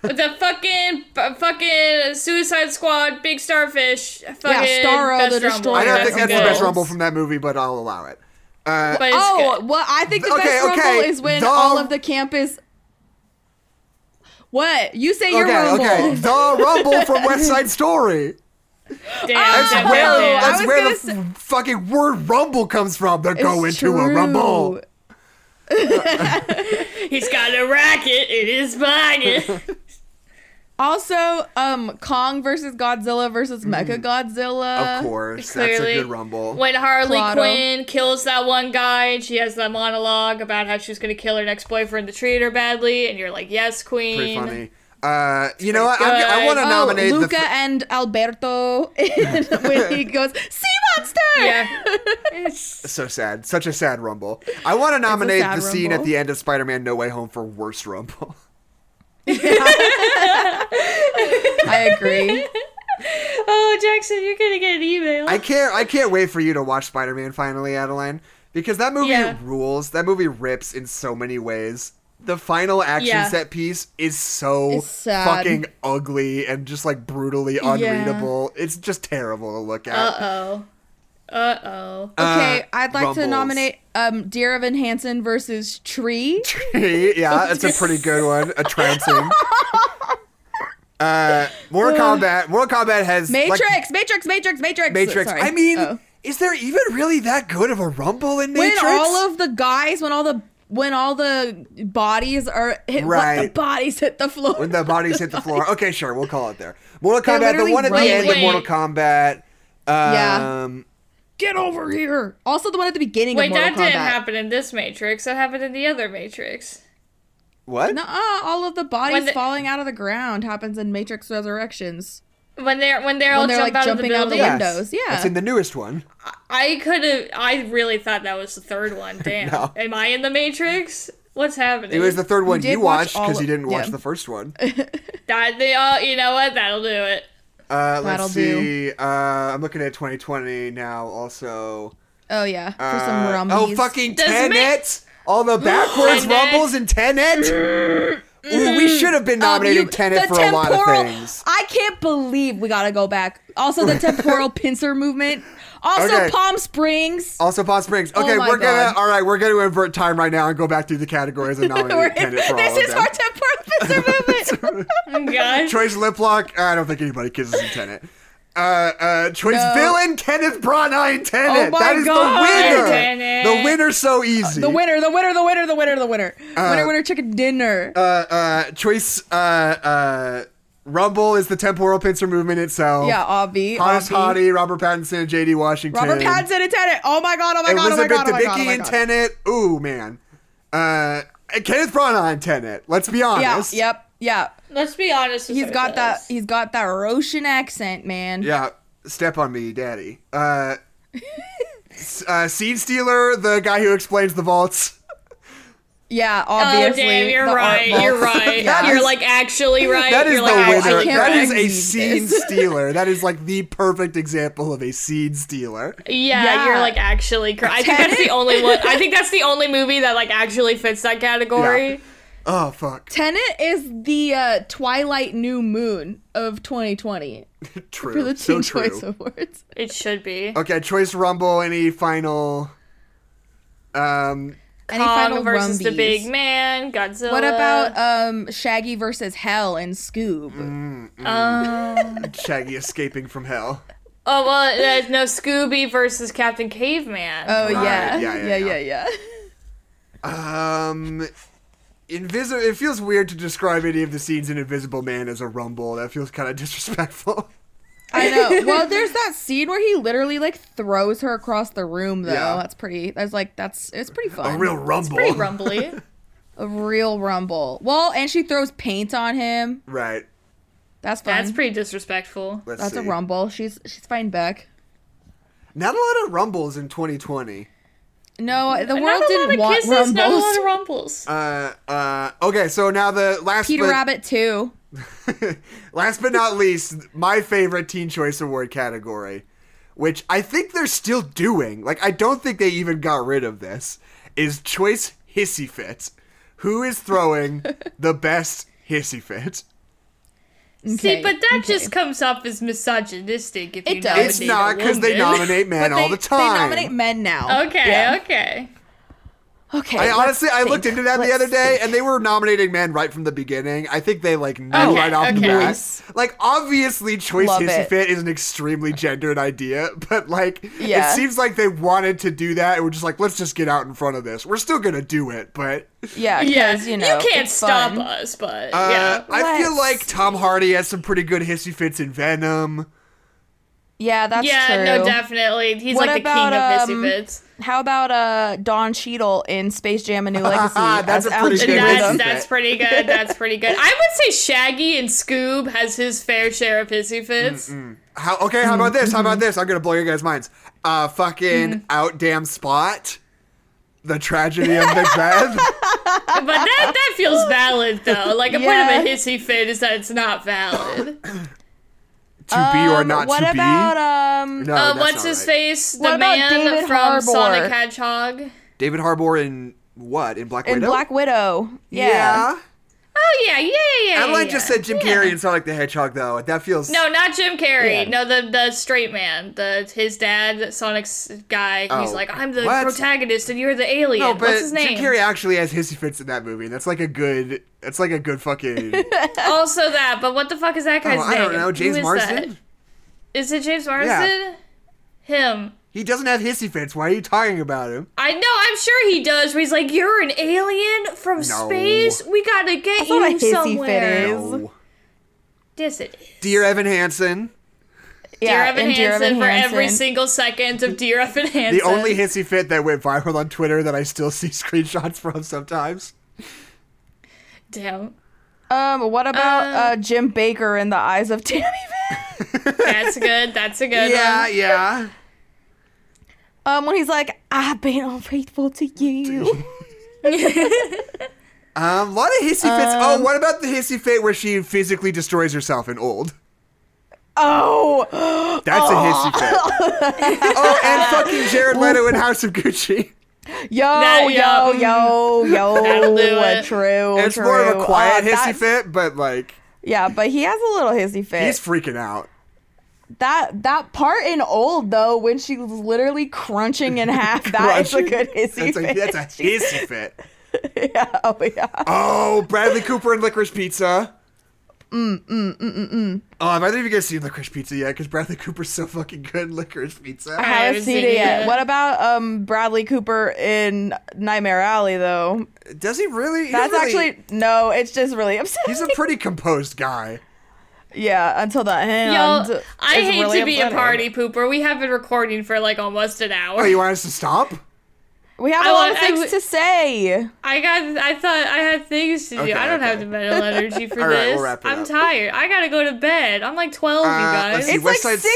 Speaker 3: With the fucking, bu- fucking Suicide Squad, Big Starfish, fucking
Speaker 2: Starro
Speaker 3: best
Speaker 2: the
Speaker 3: Rumble.
Speaker 2: Destroyer.
Speaker 1: I don't think
Speaker 2: Best
Speaker 1: that's the best
Speaker 2: Rumble.
Speaker 1: Rumble from that movie, but I'll allow it. Uh,
Speaker 3: But it's
Speaker 2: Oh,
Speaker 3: good.
Speaker 2: well, I think the
Speaker 1: Okay,
Speaker 2: best
Speaker 1: okay,
Speaker 2: Rumble is when
Speaker 1: the-
Speaker 2: all of the campus. What you say? Your
Speaker 1: okay,
Speaker 2: Rumble.
Speaker 1: okay. The Rumble from West Side Story.
Speaker 3: damn,
Speaker 2: Oh,
Speaker 1: That's
Speaker 3: damn,
Speaker 1: where,
Speaker 3: damn,
Speaker 2: I
Speaker 1: that's
Speaker 2: was
Speaker 1: where the
Speaker 2: gonna
Speaker 1: f- fucking word Rumble comes from. They're going to a Rumble.
Speaker 3: damn. He's got a racket in his pocket.
Speaker 2: Also, um, Kong versus Godzilla versus Mecha Godzilla.
Speaker 1: Mm. Of course, that's a
Speaker 3: Clearly,
Speaker 1: good Rumble.
Speaker 3: when Harley
Speaker 2: Claro.
Speaker 3: Quinn kills that one guy, and she has that monologue about how she's gonna kill her next boyfriend that treated her badly, and you're like, "Yes, queen."
Speaker 1: pretty funny. Uh, you know what? I'm,
Speaker 3: good.
Speaker 1: I want to
Speaker 2: Oh,
Speaker 1: nominate
Speaker 2: Luca
Speaker 1: the. f-
Speaker 2: and Alberto when he goes sea monster.
Speaker 3: Yeah. It's-
Speaker 1: so sad. Such a sad rumble. I want to nominate the
Speaker 2: sad
Speaker 1: scene at
Speaker 2: rumble.
Speaker 1: the end of Spider-Man: No Way Home for worst rumble.
Speaker 2: I agree.
Speaker 3: oh, Jackson, you're gonna get an email.
Speaker 1: I can't. I can't wait for you to watch Spider-Man finally, Adeline, because that movie
Speaker 3: Yeah.
Speaker 1: rules. That movie rips in so many ways. The final action
Speaker 3: Yeah.
Speaker 1: set piece is so
Speaker 2: It's sad.
Speaker 1: fucking ugly and just like brutally unreadable. It's just terrible to look at.
Speaker 3: Uh oh. Uh oh.
Speaker 2: Okay,
Speaker 1: Uh,
Speaker 2: I'd like to
Speaker 1: Rumbles.
Speaker 2: nominate um Dear Evan Hansen versus Tree.
Speaker 1: yeah, that's a pretty good one. A trouncing. Uh, Mortal Kombat. Mortal Kombat has like,
Speaker 2: Matrix, Matrix, Matrix, Matrix.
Speaker 1: Matrix.
Speaker 2: Sorry.
Speaker 1: I mean,
Speaker 2: Oh.
Speaker 1: is there even really that good of a rumble in
Speaker 2: when
Speaker 1: Matrix?
Speaker 2: all of the guys, when all the when all the bodies are hit, right. the
Speaker 1: Right.
Speaker 2: bodies hit the floor.
Speaker 1: when the bodies hit the floor. Okay, sure, we'll call it there. Mortal
Speaker 2: They
Speaker 1: Kombat. The
Speaker 2: literally
Speaker 1: one at the
Speaker 2: run
Speaker 1: end of
Speaker 3: away.
Speaker 1: Mortal Kombat. Um,
Speaker 2: Yeah.
Speaker 1: yeah.
Speaker 2: Get over here. Also, the one at the beginning.
Speaker 3: Wait,
Speaker 2: of Mortal
Speaker 3: that didn't
Speaker 2: Kombat.
Speaker 3: happen in this Matrix. That happened in the other Matrix.
Speaker 1: What?
Speaker 2: Nuh-uh, all of the bodies
Speaker 3: When the-
Speaker 2: falling out of the ground happens in Matrix Resurrections.
Speaker 3: When they're when they're all
Speaker 2: they're,
Speaker 3: jump
Speaker 2: like,
Speaker 3: out
Speaker 2: jumping
Speaker 3: of
Speaker 2: out
Speaker 3: the
Speaker 2: of the
Speaker 3: building.
Speaker 2: window. windows, yeah.
Speaker 1: That's in the newest one.
Speaker 3: I could have. I really thought that was the third one. Damn.
Speaker 1: No.
Speaker 3: Am I in the Matrix? What's happening?
Speaker 1: It was the third one
Speaker 2: did
Speaker 1: you
Speaker 2: watch
Speaker 1: watched
Speaker 2: all
Speaker 1: because you
Speaker 2: of-
Speaker 1: didn't watch
Speaker 2: yeah.
Speaker 1: the first one.
Speaker 3: That, they, oh, you know what? That'll do it.
Speaker 1: Uh,
Speaker 2: That'll
Speaker 1: let's see. Uh, I'm looking at 2020 now. Also,
Speaker 2: Oh yeah, for
Speaker 1: Uh,
Speaker 2: some rummies.
Speaker 1: Oh, fucking
Speaker 3: Does
Speaker 1: Tenet! All the backwards
Speaker 3: Tenet.
Speaker 1: rumbles in Tenet. Ooh, we should have been nominating
Speaker 2: Um, you-
Speaker 1: Tenet
Speaker 2: the
Speaker 1: for a lot
Speaker 2: temporal-
Speaker 1: of things.
Speaker 2: I can't believe we gotta go back. Also, the temporal pincer movement. Also,
Speaker 1: Okay.
Speaker 2: Palm Springs.
Speaker 1: Also, Palm Springs. Okay,
Speaker 2: Oh my
Speaker 1: we're gonna.
Speaker 2: God.
Speaker 1: All right, we're gonna invert time right now and go back through the categories and
Speaker 2: We're
Speaker 1: nominate
Speaker 2: in-
Speaker 1: Tenet for all
Speaker 2: this
Speaker 1: of
Speaker 2: is
Speaker 1: them.
Speaker 2: our temporal pincer movement.
Speaker 3: Oh, God.
Speaker 1: Choice lip lock. I don't think anybody kisses in Tenet. Uh, uh, choice
Speaker 2: No.
Speaker 1: villain Kenneth Branagh in Tenet.
Speaker 2: Oh my
Speaker 1: that is
Speaker 2: God.
Speaker 1: the winner.
Speaker 3: Tenet.
Speaker 1: The winner's so easy.
Speaker 2: the winner, the winner, the winner, the winner, the winner. winner, winner, chicken dinner.
Speaker 1: uh, uh, choice uh, uh, Rumble is the temporal pincer movement itself.
Speaker 2: Yeah, obvi.
Speaker 1: oh, Hottest
Speaker 2: obvi.
Speaker 1: Hottie, Robert Pattinson, J.D. Washington.
Speaker 2: Robert Pattinson and Tenet. Oh my god! Oh my god! Oh my
Speaker 1: Elizabeth
Speaker 2: god! Oh my god!
Speaker 1: Debicki
Speaker 2: Oh my
Speaker 1: in
Speaker 2: god.
Speaker 1: Tenet. Ooh man, uh, Kenneth Branagh in Tenet. Let's be
Speaker 2: Yeah.
Speaker 1: honest.
Speaker 2: Yep. Yeah.
Speaker 3: Let's be honest. with
Speaker 2: He's got that.
Speaker 3: ourselves.
Speaker 2: He's got that Roshan accent, man.
Speaker 1: Yeah. Step on me, daddy. Uh, s- uh, Seed Stealer, the guy who explains the vaults.
Speaker 2: Yeah.
Speaker 3: Oh
Speaker 2: Obviously.
Speaker 3: damn! You're
Speaker 2: the art
Speaker 3: right.
Speaker 2: vault.
Speaker 3: You're right.
Speaker 1: That
Speaker 3: You're
Speaker 1: is-
Speaker 3: like actually right.
Speaker 1: That is the
Speaker 3: You're like,
Speaker 2: I- I
Speaker 1: winner.
Speaker 2: can't
Speaker 1: That is a
Speaker 2: believe
Speaker 1: scene
Speaker 2: this.
Speaker 1: stealer. That is like the perfect example of a seed stealer.
Speaker 3: Yeah,
Speaker 2: Yeah.
Speaker 3: you're like actually. Cr- I think that's the only one. I think that's the only movie that like actually fits that category.
Speaker 1: Yeah. Oh fuck.
Speaker 2: Tenet is the uh, Twilight New Moon of 2020
Speaker 1: True.
Speaker 2: for the
Speaker 1: so
Speaker 2: Teen
Speaker 1: true.
Speaker 2: Choice Awards.
Speaker 3: It should be.
Speaker 1: Okay, choice rumble. Any final? Um,
Speaker 2: Any
Speaker 3: Kong versus the
Speaker 2: rumbies?
Speaker 3: big man. Godzilla.
Speaker 2: What about um Shaggy versus Hell and Scoob?
Speaker 1: Mm,
Speaker 3: Um,
Speaker 1: Shaggy escaping from hell.
Speaker 3: oh well, there's no Scooby versus Captain Caveman.
Speaker 2: Oh
Speaker 1: Right,
Speaker 2: yeah.
Speaker 1: yeah,
Speaker 2: Yeah,
Speaker 1: yeah,
Speaker 2: yeah,
Speaker 1: yeah.
Speaker 2: yeah,
Speaker 1: Um, invisible. It feels weird to describe any of the scenes in Invisible Man as a rumble. That feels kind of disrespectful.
Speaker 2: I know. Well, there's that scene where he literally like throws her across the room though.
Speaker 1: Yeah.
Speaker 2: That's pretty. That's like that's it's pretty fun.
Speaker 1: A real rumble.
Speaker 3: Pretty rumbly.
Speaker 2: A real rumble. Well, and she throws paint on him.
Speaker 1: Right.
Speaker 2: That's fun.
Speaker 3: That's pretty disrespectful.
Speaker 1: Let's
Speaker 2: That's a
Speaker 1: see.
Speaker 2: rumble. She's she's fine back.
Speaker 1: Not a lot of rumbles in 2020.
Speaker 2: No, the
Speaker 3: Not
Speaker 2: world
Speaker 3: a lot
Speaker 2: didn't
Speaker 3: of
Speaker 2: want
Speaker 3: kisses,
Speaker 2: rumbles.
Speaker 3: Not a lot of rumbles.
Speaker 1: Uh, uh, okay, so now the last
Speaker 2: Peter
Speaker 1: but,
Speaker 2: Rabbit too.
Speaker 1: last but not least, my favorite Teen Choice Award category, which I think they're still doing. Like I don't think they even got rid of this. Is choice hissy fit? Who is throwing the best hissy fit?
Speaker 2: Okay,
Speaker 3: See, but that
Speaker 2: okay.
Speaker 3: just comes up as misogynistic if
Speaker 2: It
Speaker 3: you
Speaker 2: does.
Speaker 3: nominate
Speaker 1: It's not because
Speaker 3: because
Speaker 1: they nominate men
Speaker 2: But
Speaker 1: all
Speaker 2: they-
Speaker 1: the time.
Speaker 2: They nominate men now.
Speaker 3: Okay,
Speaker 2: Yeah.
Speaker 3: okay.
Speaker 2: Okay.
Speaker 1: I
Speaker 2: let's
Speaker 1: honestly, I looked
Speaker 2: think.
Speaker 1: into that the
Speaker 2: Let's
Speaker 1: other day,
Speaker 2: think.
Speaker 1: and they were nominating men right from the beginning. I think they like knew
Speaker 3: Okay,
Speaker 1: right off the
Speaker 3: okay.
Speaker 1: bat.
Speaker 2: Nice.
Speaker 1: Like, obviously, choice
Speaker 2: Love
Speaker 1: hissy
Speaker 2: it.
Speaker 1: fit is an extremely gendered idea, but like,
Speaker 2: Yeah.
Speaker 1: it seems like they wanted to do that, and we're just like, let's just get out in front of this. We're still gonna do it, but
Speaker 2: Yeah,
Speaker 3: Yeah,
Speaker 2: because you know
Speaker 3: can't
Speaker 2: it's
Speaker 3: stop
Speaker 2: fun.
Speaker 3: us, but
Speaker 1: uh,
Speaker 3: yeah.
Speaker 1: I feel
Speaker 2: Let's
Speaker 1: like Tom Hardy has some pretty good hissy fits in Venom.
Speaker 2: Yeah, that's
Speaker 3: yeah,
Speaker 2: true.
Speaker 3: no, definitely. He's
Speaker 2: What
Speaker 3: like
Speaker 2: about,
Speaker 3: the king
Speaker 2: um,
Speaker 3: of hissy fits.
Speaker 2: How about uh Don Cheadle in Space Jam: A New Legacy?
Speaker 1: That's
Speaker 2: as
Speaker 1: a
Speaker 2: Al
Speaker 1: pretty good hissy
Speaker 2: Jardino?
Speaker 3: That's,
Speaker 1: Rhythm.
Speaker 3: that's pretty good. That's pretty good. I would say Shaggy and Scoob has his fair share of hissy fits.
Speaker 1: How okay? How about this? How
Speaker 2: Mm-hmm.
Speaker 1: about this? I'm gonna blow your guys' minds. Uh, fucking out damn spot. The tragedy of Macbeth.
Speaker 3: But that that feels valid though. Like a
Speaker 2: Yeah.
Speaker 3: point of a hissy fit is that it's not valid.
Speaker 1: to be or
Speaker 2: Um,
Speaker 1: not
Speaker 2: what
Speaker 1: to be.
Speaker 2: about um?
Speaker 1: No,
Speaker 3: uh,
Speaker 1: Oh, that's
Speaker 3: what's
Speaker 1: not
Speaker 3: his
Speaker 1: right.
Speaker 3: face?
Speaker 2: What
Speaker 3: the
Speaker 2: about
Speaker 3: man
Speaker 2: David
Speaker 3: from
Speaker 2: Harbour?
Speaker 3: Sonic Hedgehog.
Speaker 1: David Harbour in what? In Black
Speaker 2: in
Speaker 1: Widow.
Speaker 2: Black Widow. Yeah.
Speaker 1: yeah.
Speaker 3: Oh yeah, yeah, yeah. yeah,
Speaker 1: Adeline
Speaker 3: yeah.
Speaker 1: just said Jim
Speaker 3: Yeah.
Speaker 1: Carrey and Sonic the Hedgehog, though. That feels
Speaker 3: No, not Jim Carrey.
Speaker 2: Yeah.
Speaker 3: No, the the straight man, the his dad, Sonic's guy. He's
Speaker 1: Oh.
Speaker 3: like, I'm the
Speaker 1: What?
Speaker 3: protagonist, and you're the alien.
Speaker 1: No, but
Speaker 3: What's his name?
Speaker 1: Jim Carrey actually has hissy fits in that movie. That's like a good. That's like a good fucking. oh,
Speaker 3: also that, but what the fuck is that guy's
Speaker 1: I don't
Speaker 3: name?
Speaker 1: know. James
Speaker 3: Who is
Speaker 1: Marsden.
Speaker 3: That? Is it James Marsden?
Speaker 1: Yeah.
Speaker 3: Him.
Speaker 1: He doesn't have hissy fits. Why are you talking about him?
Speaker 3: I know. I'm sure he does. Where he's like, you're an alien from space. We gotta get
Speaker 2: not
Speaker 3: you
Speaker 2: what a hissy fit
Speaker 3: somewhere.
Speaker 2: is.
Speaker 1: No.
Speaker 3: Yes, it is.
Speaker 1: Dear Evan Hansen,
Speaker 2: Yeah,
Speaker 3: Dear Evan
Speaker 2: in Dear
Speaker 3: Hansen
Speaker 2: Evan
Speaker 3: for every
Speaker 2: Hansen.
Speaker 3: single second of Dear Evan Hansen.
Speaker 1: the only hissy fit that went viral on Twitter that I still see screenshots from sometimes.
Speaker 3: Damn.
Speaker 2: Um, what about
Speaker 3: Uh,
Speaker 2: uh, Jim Baker in the Eyes of Tammy? Faye?
Speaker 3: That's good. That's a good
Speaker 1: yeah,
Speaker 3: one.
Speaker 1: yeah.
Speaker 2: um, when he's like, "I've been unfaithful to you."
Speaker 1: Um, a lot of hissy fits. oh,
Speaker 2: Um,
Speaker 1: what about the hissy fit where she physically destroys herself in old?
Speaker 2: oh,
Speaker 1: That's a hissy fit. oh, and fucking Jared Leto in House of Gucci.
Speaker 2: yo,
Speaker 3: That- yeah.
Speaker 2: yo, yo, yo,
Speaker 3: That'll do it.
Speaker 2: True,
Speaker 1: It's more of
Speaker 2: true.
Speaker 1: a quiet
Speaker 2: Uh,
Speaker 1: hissy
Speaker 2: that-
Speaker 1: fit, but like
Speaker 2: Yeah, but he has a little hissy fit.
Speaker 1: he's freaking out.
Speaker 2: That that part in old though, when she was literally crunching in half, that is a
Speaker 1: Crunching.
Speaker 2: good hissy
Speaker 1: That's a
Speaker 2: fit.
Speaker 1: that's a hissy fit.
Speaker 2: yeah, oh yeah.
Speaker 1: Oh, Bradley Cooper and Licorice Pizza. Mm mm mm mm mm. Oh, have either of you guys seen Licorice Pizza yet? Because Bradley Cooper's so fucking good in Licorice
Speaker 2: I
Speaker 1: Pizza.
Speaker 2: haven't seen it yet.
Speaker 3: yet.
Speaker 2: What about um Bradley Cooper in Nightmare Alley though?
Speaker 1: Does he really? he
Speaker 2: That's
Speaker 1: doesn't really-
Speaker 2: actually no. It's just really upsetting.
Speaker 1: He's a pretty composed guy.
Speaker 2: Yeah, until the end.
Speaker 3: Yo, I
Speaker 2: is
Speaker 3: hate
Speaker 2: really
Speaker 3: to be a
Speaker 2: upsetting.
Speaker 3: party pooper. We have been recording for like almost an hour.
Speaker 1: Oh, you want us to stop?
Speaker 2: We have
Speaker 3: I
Speaker 2: a lot
Speaker 3: want-
Speaker 2: of
Speaker 3: I
Speaker 2: things
Speaker 3: would-
Speaker 2: to say.
Speaker 3: I got. I thought I had things to do.
Speaker 1: Okay,
Speaker 3: I don't have
Speaker 1: okay.
Speaker 3: the mental energy for
Speaker 1: All right,
Speaker 3: this.
Speaker 1: we'll wrap it
Speaker 3: I'm
Speaker 1: up.
Speaker 3: tired. I gotta go to bed. I'm like 12, you
Speaker 1: Uh, let's
Speaker 3: guys.
Speaker 1: see,
Speaker 2: It's
Speaker 1: West
Speaker 2: like
Speaker 1: Side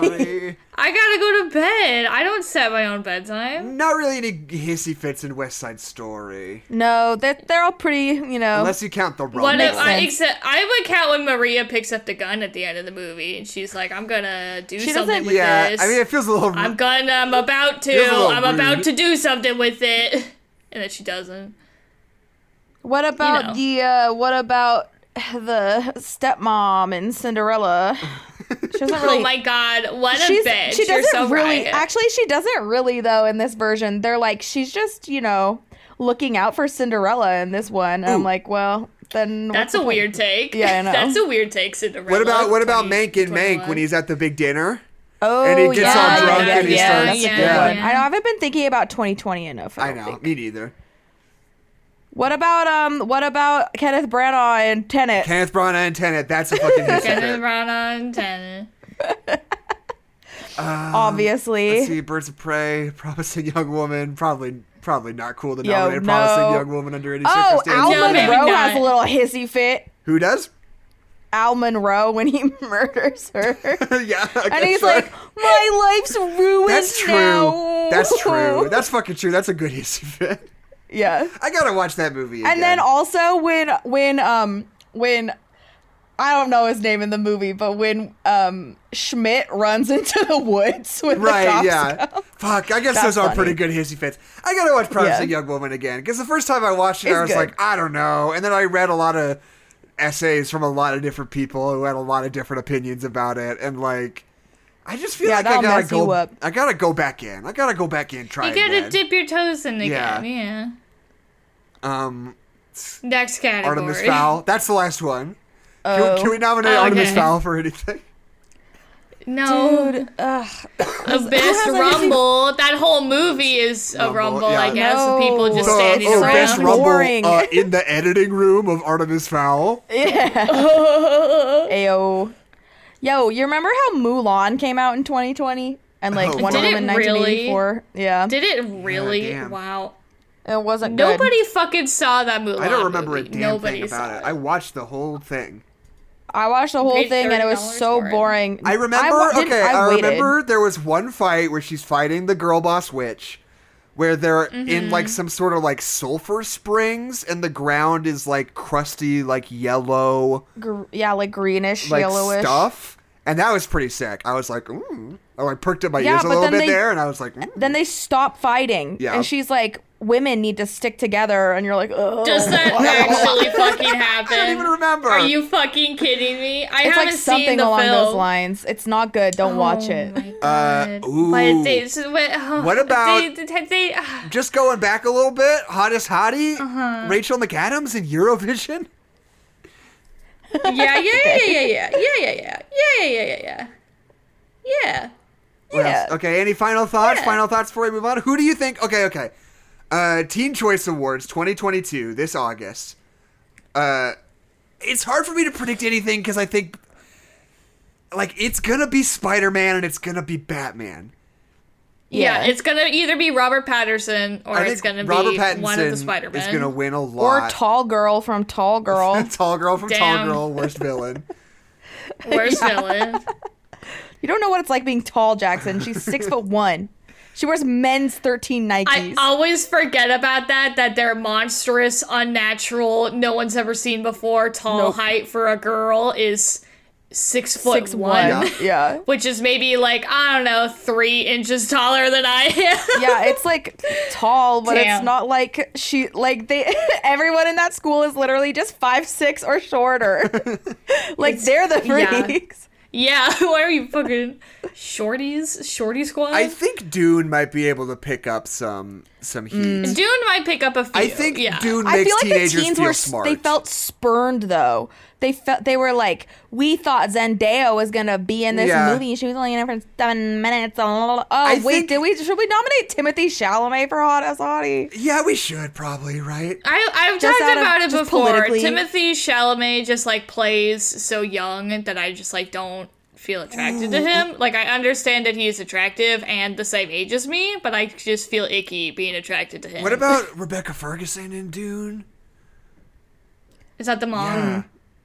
Speaker 2: 6:30.
Speaker 1: Story.
Speaker 3: I gotta go to bed. I don't set my own bedtime.
Speaker 1: Not really any hissy fits in West Side Story,
Speaker 2: No, they're, they're all pretty, you know.
Speaker 1: unless you count the rom.
Speaker 3: What if
Speaker 2: Makes
Speaker 3: I
Speaker 2: sense.
Speaker 3: except I would count when Maria picks up the gun at the end of the movie and she's like, "I'm gonna do
Speaker 2: She
Speaker 3: something
Speaker 2: doesn't-
Speaker 3: with
Speaker 1: yeah,
Speaker 3: this.
Speaker 1: I mean it feels a little.
Speaker 3: I'm gonna. I'm about to.
Speaker 1: Feels a little
Speaker 3: I'm about
Speaker 1: rude.
Speaker 3: to do something with it." And then she doesn't.
Speaker 2: what about the uh, what about the stepmom and Cinderella? She doesn't really.
Speaker 3: Oh my god, what a
Speaker 2: she's,
Speaker 3: bitch!
Speaker 2: she
Speaker 3: You're
Speaker 2: doesn't
Speaker 3: so
Speaker 2: really.
Speaker 3: right.
Speaker 2: Actually, she doesn't really though. In this version, they're like she's just you know looking out for Cinderella in this one. I'm like, well, then what's
Speaker 3: That's
Speaker 2: the
Speaker 3: a
Speaker 2: point?
Speaker 3: weird take.
Speaker 2: Yeah, I know.
Speaker 3: That's a weird take, Cinderella.
Speaker 1: what about what about
Speaker 3: 20,
Speaker 1: Mank and Mank
Speaker 3: 21?
Speaker 1: when he's at the big dinner?
Speaker 2: Oh,
Speaker 1: And he gets
Speaker 2: yeah,
Speaker 3: all drunk
Speaker 2: yeah,
Speaker 3: and he
Speaker 2: yeah,
Speaker 3: starts-
Speaker 2: That's a good
Speaker 1: yeah.
Speaker 2: one. I know. I haven't been thinking about 2020 enough. I,
Speaker 1: I
Speaker 2: don't
Speaker 1: know,
Speaker 2: think.
Speaker 1: me neither.
Speaker 2: What about um? What about Kenneth Branagh and Tenet?
Speaker 1: Kenneth Branagh and Tenet. That's a fucking hissy
Speaker 3: Kenneth
Speaker 1: fit.
Speaker 3: Branagh and Tenet.
Speaker 1: Let's
Speaker 2: obviously.
Speaker 1: see, Birds of Prey, Promising Young Woman. Probably, probably not cool to
Speaker 2: Yo,
Speaker 1: nominate a Promising
Speaker 2: no.
Speaker 1: Young Woman under any
Speaker 2: Oh,
Speaker 1: circumstances.
Speaker 2: Al
Speaker 3: No, maybe
Speaker 2: Monroe
Speaker 3: not.
Speaker 2: has a little hissy fit.
Speaker 1: Who does?
Speaker 2: Al Monroe when he murders her,
Speaker 1: yeah, I
Speaker 2: and
Speaker 1: guess
Speaker 2: he's
Speaker 1: right.
Speaker 2: like, "My life's ruined
Speaker 1: That's true.
Speaker 2: now."
Speaker 1: That's true. That's fucking true. That's a good hissy fit.
Speaker 2: yeah.
Speaker 1: I gotta watch that movie.
Speaker 2: And then also when when um when I don't know his name in the movie, but when um Schmidt runs into the woods with the
Speaker 1: right,
Speaker 2: cops
Speaker 1: yeah.
Speaker 2: come.
Speaker 1: Fuck, I guess
Speaker 2: That's
Speaker 1: those are
Speaker 2: funny.
Speaker 1: pretty good hissy fits. I gotta watch Promising
Speaker 2: Yeah.
Speaker 1: Young Woman again because the first time I watched it,
Speaker 2: It's
Speaker 1: I was
Speaker 2: good.
Speaker 1: like, I don't know. And then I read a lot of essays from a lot of different people who had a lot of different opinions about it, and like. I just feel
Speaker 2: Yeah,
Speaker 1: like I
Speaker 2: that'll
Speaker 1: gotta
Speaker 2: mess you
Speaker 1: go.
Speaker 2: up.
Speaker 1: I gotta go back in. I gotta go back in. Try
Speaker 3: You gotta
Speaker 1: again.
Speaker 3: dip your toes in again. Yeah.
Speaker 1: Yeah. um,
Speaker 3: Next category.
Speaker 1: Artemis Fowl. That's the last one. Can,
Speaker 2: Oh.
Speaker 1: can we nominate
Speaker 3: Oh,
Speaker 1: Artemis
Speaker 3: okay.
Speaker 1: Fowl for anything?
Speaker 3: No.
Speaker 2: Dude, ugh.
Speaker 3: Abyss
Speaker 2: It has a-
Speaker 3: Rumble. That whole movie is a
Speaker 1: Rumble,
Speaker 3: rumble, I
Speaker 1: yeah.
Speaker 3: guess,
Speaker 2: No.
Speaker 3: with people just
Speaker 2: So-
Speaker 3: standing
Speaker 2: oh,
Speaker 3: around.
Speaker 1: best
Speaker 2: Boring.
Speaker 1: rumble uh, in the editing room of Artemis Fowl.
Speaker 2: Yeah. Ayo. Yo, you remember how Mulan came out in 2020? And like
Speaker 1: Oh,
Speaker 2: Wonder
Speaker 1: Did it
Speaker 2: Woman
Speaker 3: really?
Speaker 2: 1984. Yeah.
Speaker 3: Did it really?
Speaker 1: damn.
Speaker 3: wow.
Speaker 2: it wasn't good.
Speaker 3: Nobody fucking saw that movie.
Speaker 1: I don't remember
Speaker 3: movie.
Speaker 1: a damn
Speaker 3: Nobody
Speaker 1: thing about
Speaker 3: saw
Speaker 1: it. I watched the whole thing.
Speaker 2: I watched the whole
Speaker 3: Paid
Speaker 2: thing and it was
Speaker 3: $30
Speaker 2: so
Speaker 3: for it.
Speaker 2: boring.
Speaker 1: I remember.
Speaker 2: wa- didn't-
Speaker 1: okay, I,
Speaker 2: waited.
Speaker 1: remember there was one fight where she's fighting the girl boss witch, where they're in
Speaker 2: Mm-hmm.
Speaker 1: like some sort of like sulfur springs, and the ground is like crusty, like yellow,
Speaker 2: Gr- yeah, like greenish,
Speaker 1: like
Speaker 2: yellowish.
Speaker 1: stuff. And that was pretty sick. I was like, ooh. I like perked up my
Speaker 2: Yeah,
Speaker 1: ears a
Speaker 2: but
Speaker 1: little
Speaker 2: then
Speaker 1: bit
Speaker 2: they-
Speaker 1: there, and I was like, "Mm, ooh.
Speaker 2: Then they stop fighting.
Speaker 1: Yeah.
Speaker 2: And she's like, women need to stick together. And you're like, ugh.
Speaker 3: Does that actually fucking happen?
Speaker 1: I don't even remember.
Speaker 3: Are you fucking kidding me? I
Speaker 2: it's
Speaker 3: haven't
Speaker 2: like something
Speaker 3: seen the
Speaker 2: along
Speaker 3: film.
Speaker 2: those lines. It's not good. Don't watch it.
Speaker 3: Oh my
Speaker 1: Uh,
Speaker 3: God.
Speaker 1: ooh.
Speaker 3: But they, so what, oh,
Speaker 1: What about-
Speaker 3: they, they, they- ah.
Speaker 1: Just going back a little bit, hottest hottie,
Speaker 2: Uh-huh.
Speaker 1: Rachel McAdams in Eurovision.
Speaker 3: yeah, yeah, yeah, yeah, yeah, yeah, yeah, yeah, yeah, yeah, yeah, yeah, yeah, yeah.
Speaker 1: What
Speaker 2: Yeah.
Speaker 1: else? Okay. Any final thoughts?
Speaker 3: Yeah.
Speaker 1: Final thoughts before we move on. Who do you think? Okay. Okay. Uh, Teen Choice Awards 2022 this August. Uh, it's hard for me to predict anything because I think, like, it's gonna be Spider Man and it's gonna be Batman.
Speaker 3: Yeah,
Speaker 2: Yeah.
Speaker 3: it's gonna either be Robert Patterson or
Speaker 1: I think
Speaker 3: it's gonna
Speaker 1: Robert
Speaker 3: be
Speaker 1: Pattinson
Speaker 3: one of the
Speaker 1: is
Speaker 3: Spider-Man.
Speaker 1: gonna win a lot.
Speaker 2: Or Tall Girl from Tall Girl.
Speaker 1: Tall girl from Tall
Speaker 3: Damn.
Speaker 1: Girl, worst villain.
Speaker 3: Worst villain.
Speaker 2: You don't know what it's like being tall, Jackson. She's six foot one. She wears men's thirteen
Speaker 3: I
Speaker 2: Nikes.
Speaker 3: always forget about that, that they're monstrous, unnatural, no one's ever seen before. Tall
Speaker 2: Nope.
Speaker 3: height for a girl is six foot
Speaker 2: six
Speaker 3: one.
Speaker 2: one. Yeah.
Speaker 3: Which is maybe like, I don't know, three inches taller than I am.
Speaker 2: Yeah, it's like tall, but it's
Speaker 3: Damn.
Speaker 2: not like she like they everyone in that school is literally just five six or shorter. like they're the
Speaker 3: yeah.
Speaker 2: freaks.
Speaker 3: Yeah, why are you fucking shorties? Shorty squad?
Speaker 1: I think Dune might be able to pick up some some heat.
Speaker 3: Dune might pick up a few.
Speaker 1: I think
Speaker 3: yeah.
Speaker 1: Dune
Speaker 2: Mm. I
Speaker 1: makes
Speaker 2: feel like the
Speaker 1: teenagers
Speaker 2: teens
Speaker 1: feel
Speaker 2: were
Speaker 1: smart.
Speaker 2: they felt spurned though. They felt they were like, we thought Zendaya was gonna be in this
Speaker 1: Yeah.
Speaker 2: movie. She was only in it for seven minutes. Oh wait,
Speaker 1: think-
Speaker 2: did we should we nominate Timothy Chalamet for Hot as Hottie?
Speaker 1: yeah, we should probably, right?
Speaker 3: I, I've
Speaker 2: Just out
Speaker 3: talked
Speaker 2: of-
Speaker 3: about it
Speaker 2: just
Speaker 3: before.
Speaker 2: politically.
Speaker 3: Timothy Chalamet just like plays so young that I just like don't feel attracted
Speaker 1: Mm.
Speaker 3: to him. Like I understand that he's attractive and the same age as me, but I just feel icky being attracted to him.
Speaker 1: What about Rebecca Ferguson in Dune? Um,
Speaker 3: Is that the mom?
Speaker 1: Yeah.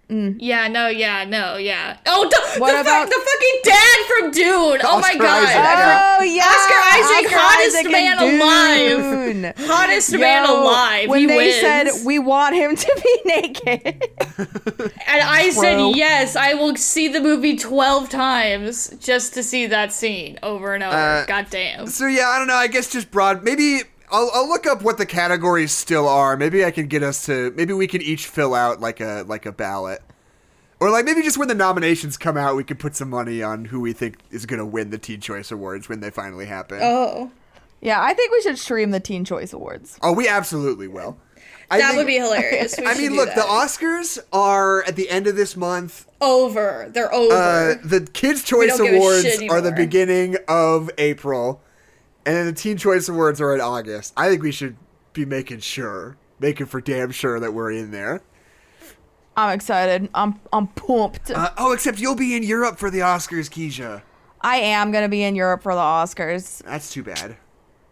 Speaker 3: Yeah, no, yeah, no, yeah. Oh, the,
Speaker 2: What
Speaker 3: the,
Speaker 2: about-
Speaker 3: about- the fucking dad from Dune? oh my
Speaker 1: Oscar
Speaker 3: god.
Speaker 1: Isaac.
Speaker 3: I
Speaker 2: Oh yeah,
Speaker 3: Oscar Isaac, hottest man
Speaker 2: and
Speaker 3: alive.
Speaker 2: Dune.
Speaker 3: forgot- Hottest
Speaker 2: Yo,
Speaker 3: man alive.
Speaker 2: When
Speaker 3: he
Speaker 2: they
Speaker 3: wins.
Speaker 2: said we want him to be naked,
Speaker 3: and I
Speaker 2: Bro.
Speaker 3: said yes, I will see the movie twelve times just to see that scene over and over.
Speaker 1: Uh,
Speaker 3: god damn.
Speaker 1: So yeah, I don't know. I guess just broad. Maybe I'll, I'll look up what the categories still are. Maybe I can get us to. Maybe we can each fill out like a like a ballot, or like maybe just when the nominations come out, we can put some money on who we think is gonna win the Teen Choice Awards when they finally happen. Oh,
Speaker 3: Oh.
Speaker 2: yeah, I think we should stream the Teen Choice Awards.
Speaker 1: Oh, we absolutely will. I
Speaker 3: That
Speaker 1: think-
Speaker 3: would be hilarious. We
Speaker 1: I
Speaker 3: should
Speaker 1: mean,
Speaker 3: do
Speaker 1: look, the
Speaker 3: that.
Speaker 1: Oscars are at the end of this month.
Speaker 3: over. They're over.
Speaker 1: Uh, the Kids Choice
Speaker 3: don't give a
Speaker 1: Awards
Speaker 3: shit
Speaker 1: are the
Speaker 3: anymore.
Speaker 1: beginning of April, and then the Teen Choice Awards are in August. I think we should be making sure, making for damn sure that we're in there.
Speaker 2: I'm excited. I'm I'm pumped.
Speaker 1: Uh, oh, except you'll be in Europe for the Oscars, Keisha.
Speaker 2: I am gonna be in Europe for the Oscars.
Speaker 1: That's too bad.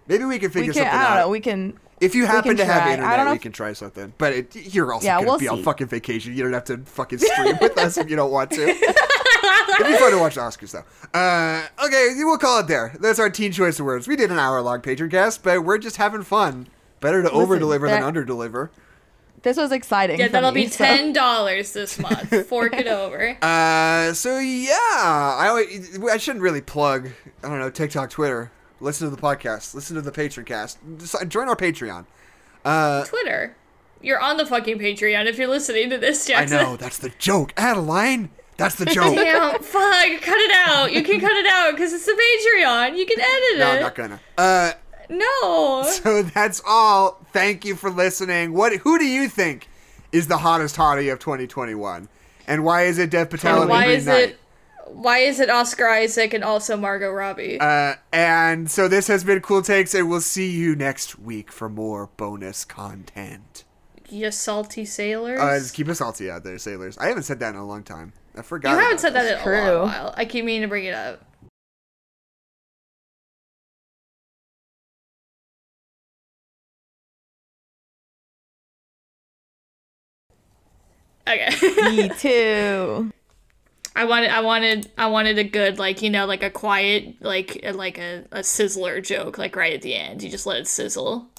Speaker 1: Maybe we can
Speaker 2: We
Speaker 1: figure
Speaker 2: can.
Speaker 1: something
Speaker 2: I don't
Speaker 1: out.
Speaker 2: know. We can.
Speaker 1: if you happen to
Speaker 2: can
Speaker 1: have
Speaker 2: try. I don't
Speaker 1: internet,
Speaker 2: know
Speaker 1: we
Speaker 2: if-
Speaker 1: can try something. But it, you're also
Speaker 2: Yeah,
Speaker 1: gonna
Speaker 2: we'll
Speaker 1: be on
Speaker 2: see.
Speaker 1: fucking vacation. You don't have to fucking stream with us if you don't want to. It'd be fun to watch the Oscars though. Uh, okay, we'll call it there. That's our Teen Choice Awards. We did an hour long patron cast, but we're just having fun. Better to over deliver than
Speaker 2: that-
Speaker 1: under deliver.
Speaker 2: This was exciting.
Speaker 3: yeah,
Speaker 2: for
Speaker 3: that'll
Speaker 2: me,
Speaker 3: be
Speaker 2: so-
Speaker 3: ten dollars this month. Fork it over.
Speaker 1: Uh, so yeah, I always- I shouldn't really plug. I don't know TikTok, Twitter. Listen to the podcast. Listen to the patron cast. Just, uh, join our Patreon. Uh,
Speaker 3: Twitter. You're on the fucking Patreon if you're listening to this,
Speaker 1: I
Speaker 3: Jackson.
Speaker 1: know that's the joke, Adeline. That's the joke.
Speaker 3: Damn, fuck, cut it out. You can cut it out because it's the Patreon. You can edit
Speaker 1: No,
Speaker 3: it.
Speaker 1: I'm not gonna. Uh,
Speaker 3: No.
Speaker 1: so that's all. Thank you for listening. What? Who do you think is the hottest hottie of 2021? And why is it Dev Patel and,
Speaker 3: And why
Speaker 1: Green
Speaker 3: is
Speaker 1: Knight?
Speaker 3: it? Why is it Oscar Isaac and also Margot Robbie?
Speaker 1: Uh, and so this has been Cool Takes, and we'll see you next week for more bonus content.
Speaker 3: you salty sailors.
Speaker 1: Uh, just keep us salty out there, sailors. I haven't said that in a long time. I forgot.
Speaker 3: you haven't
Speaker 1: about
Speaker 3: said
Speaker 1: this.
Speaker 3: that in a
Speaker 2: True.
Speaker 3: long while. I keep meaning to bring it up. Okay.
Speaker 2: Me too.
Speaker 3: I wanted, I wanted, I wanted a good, like you know, like a quiet, like like a, a sizzler joke, like right at the end. You just let it sizzle.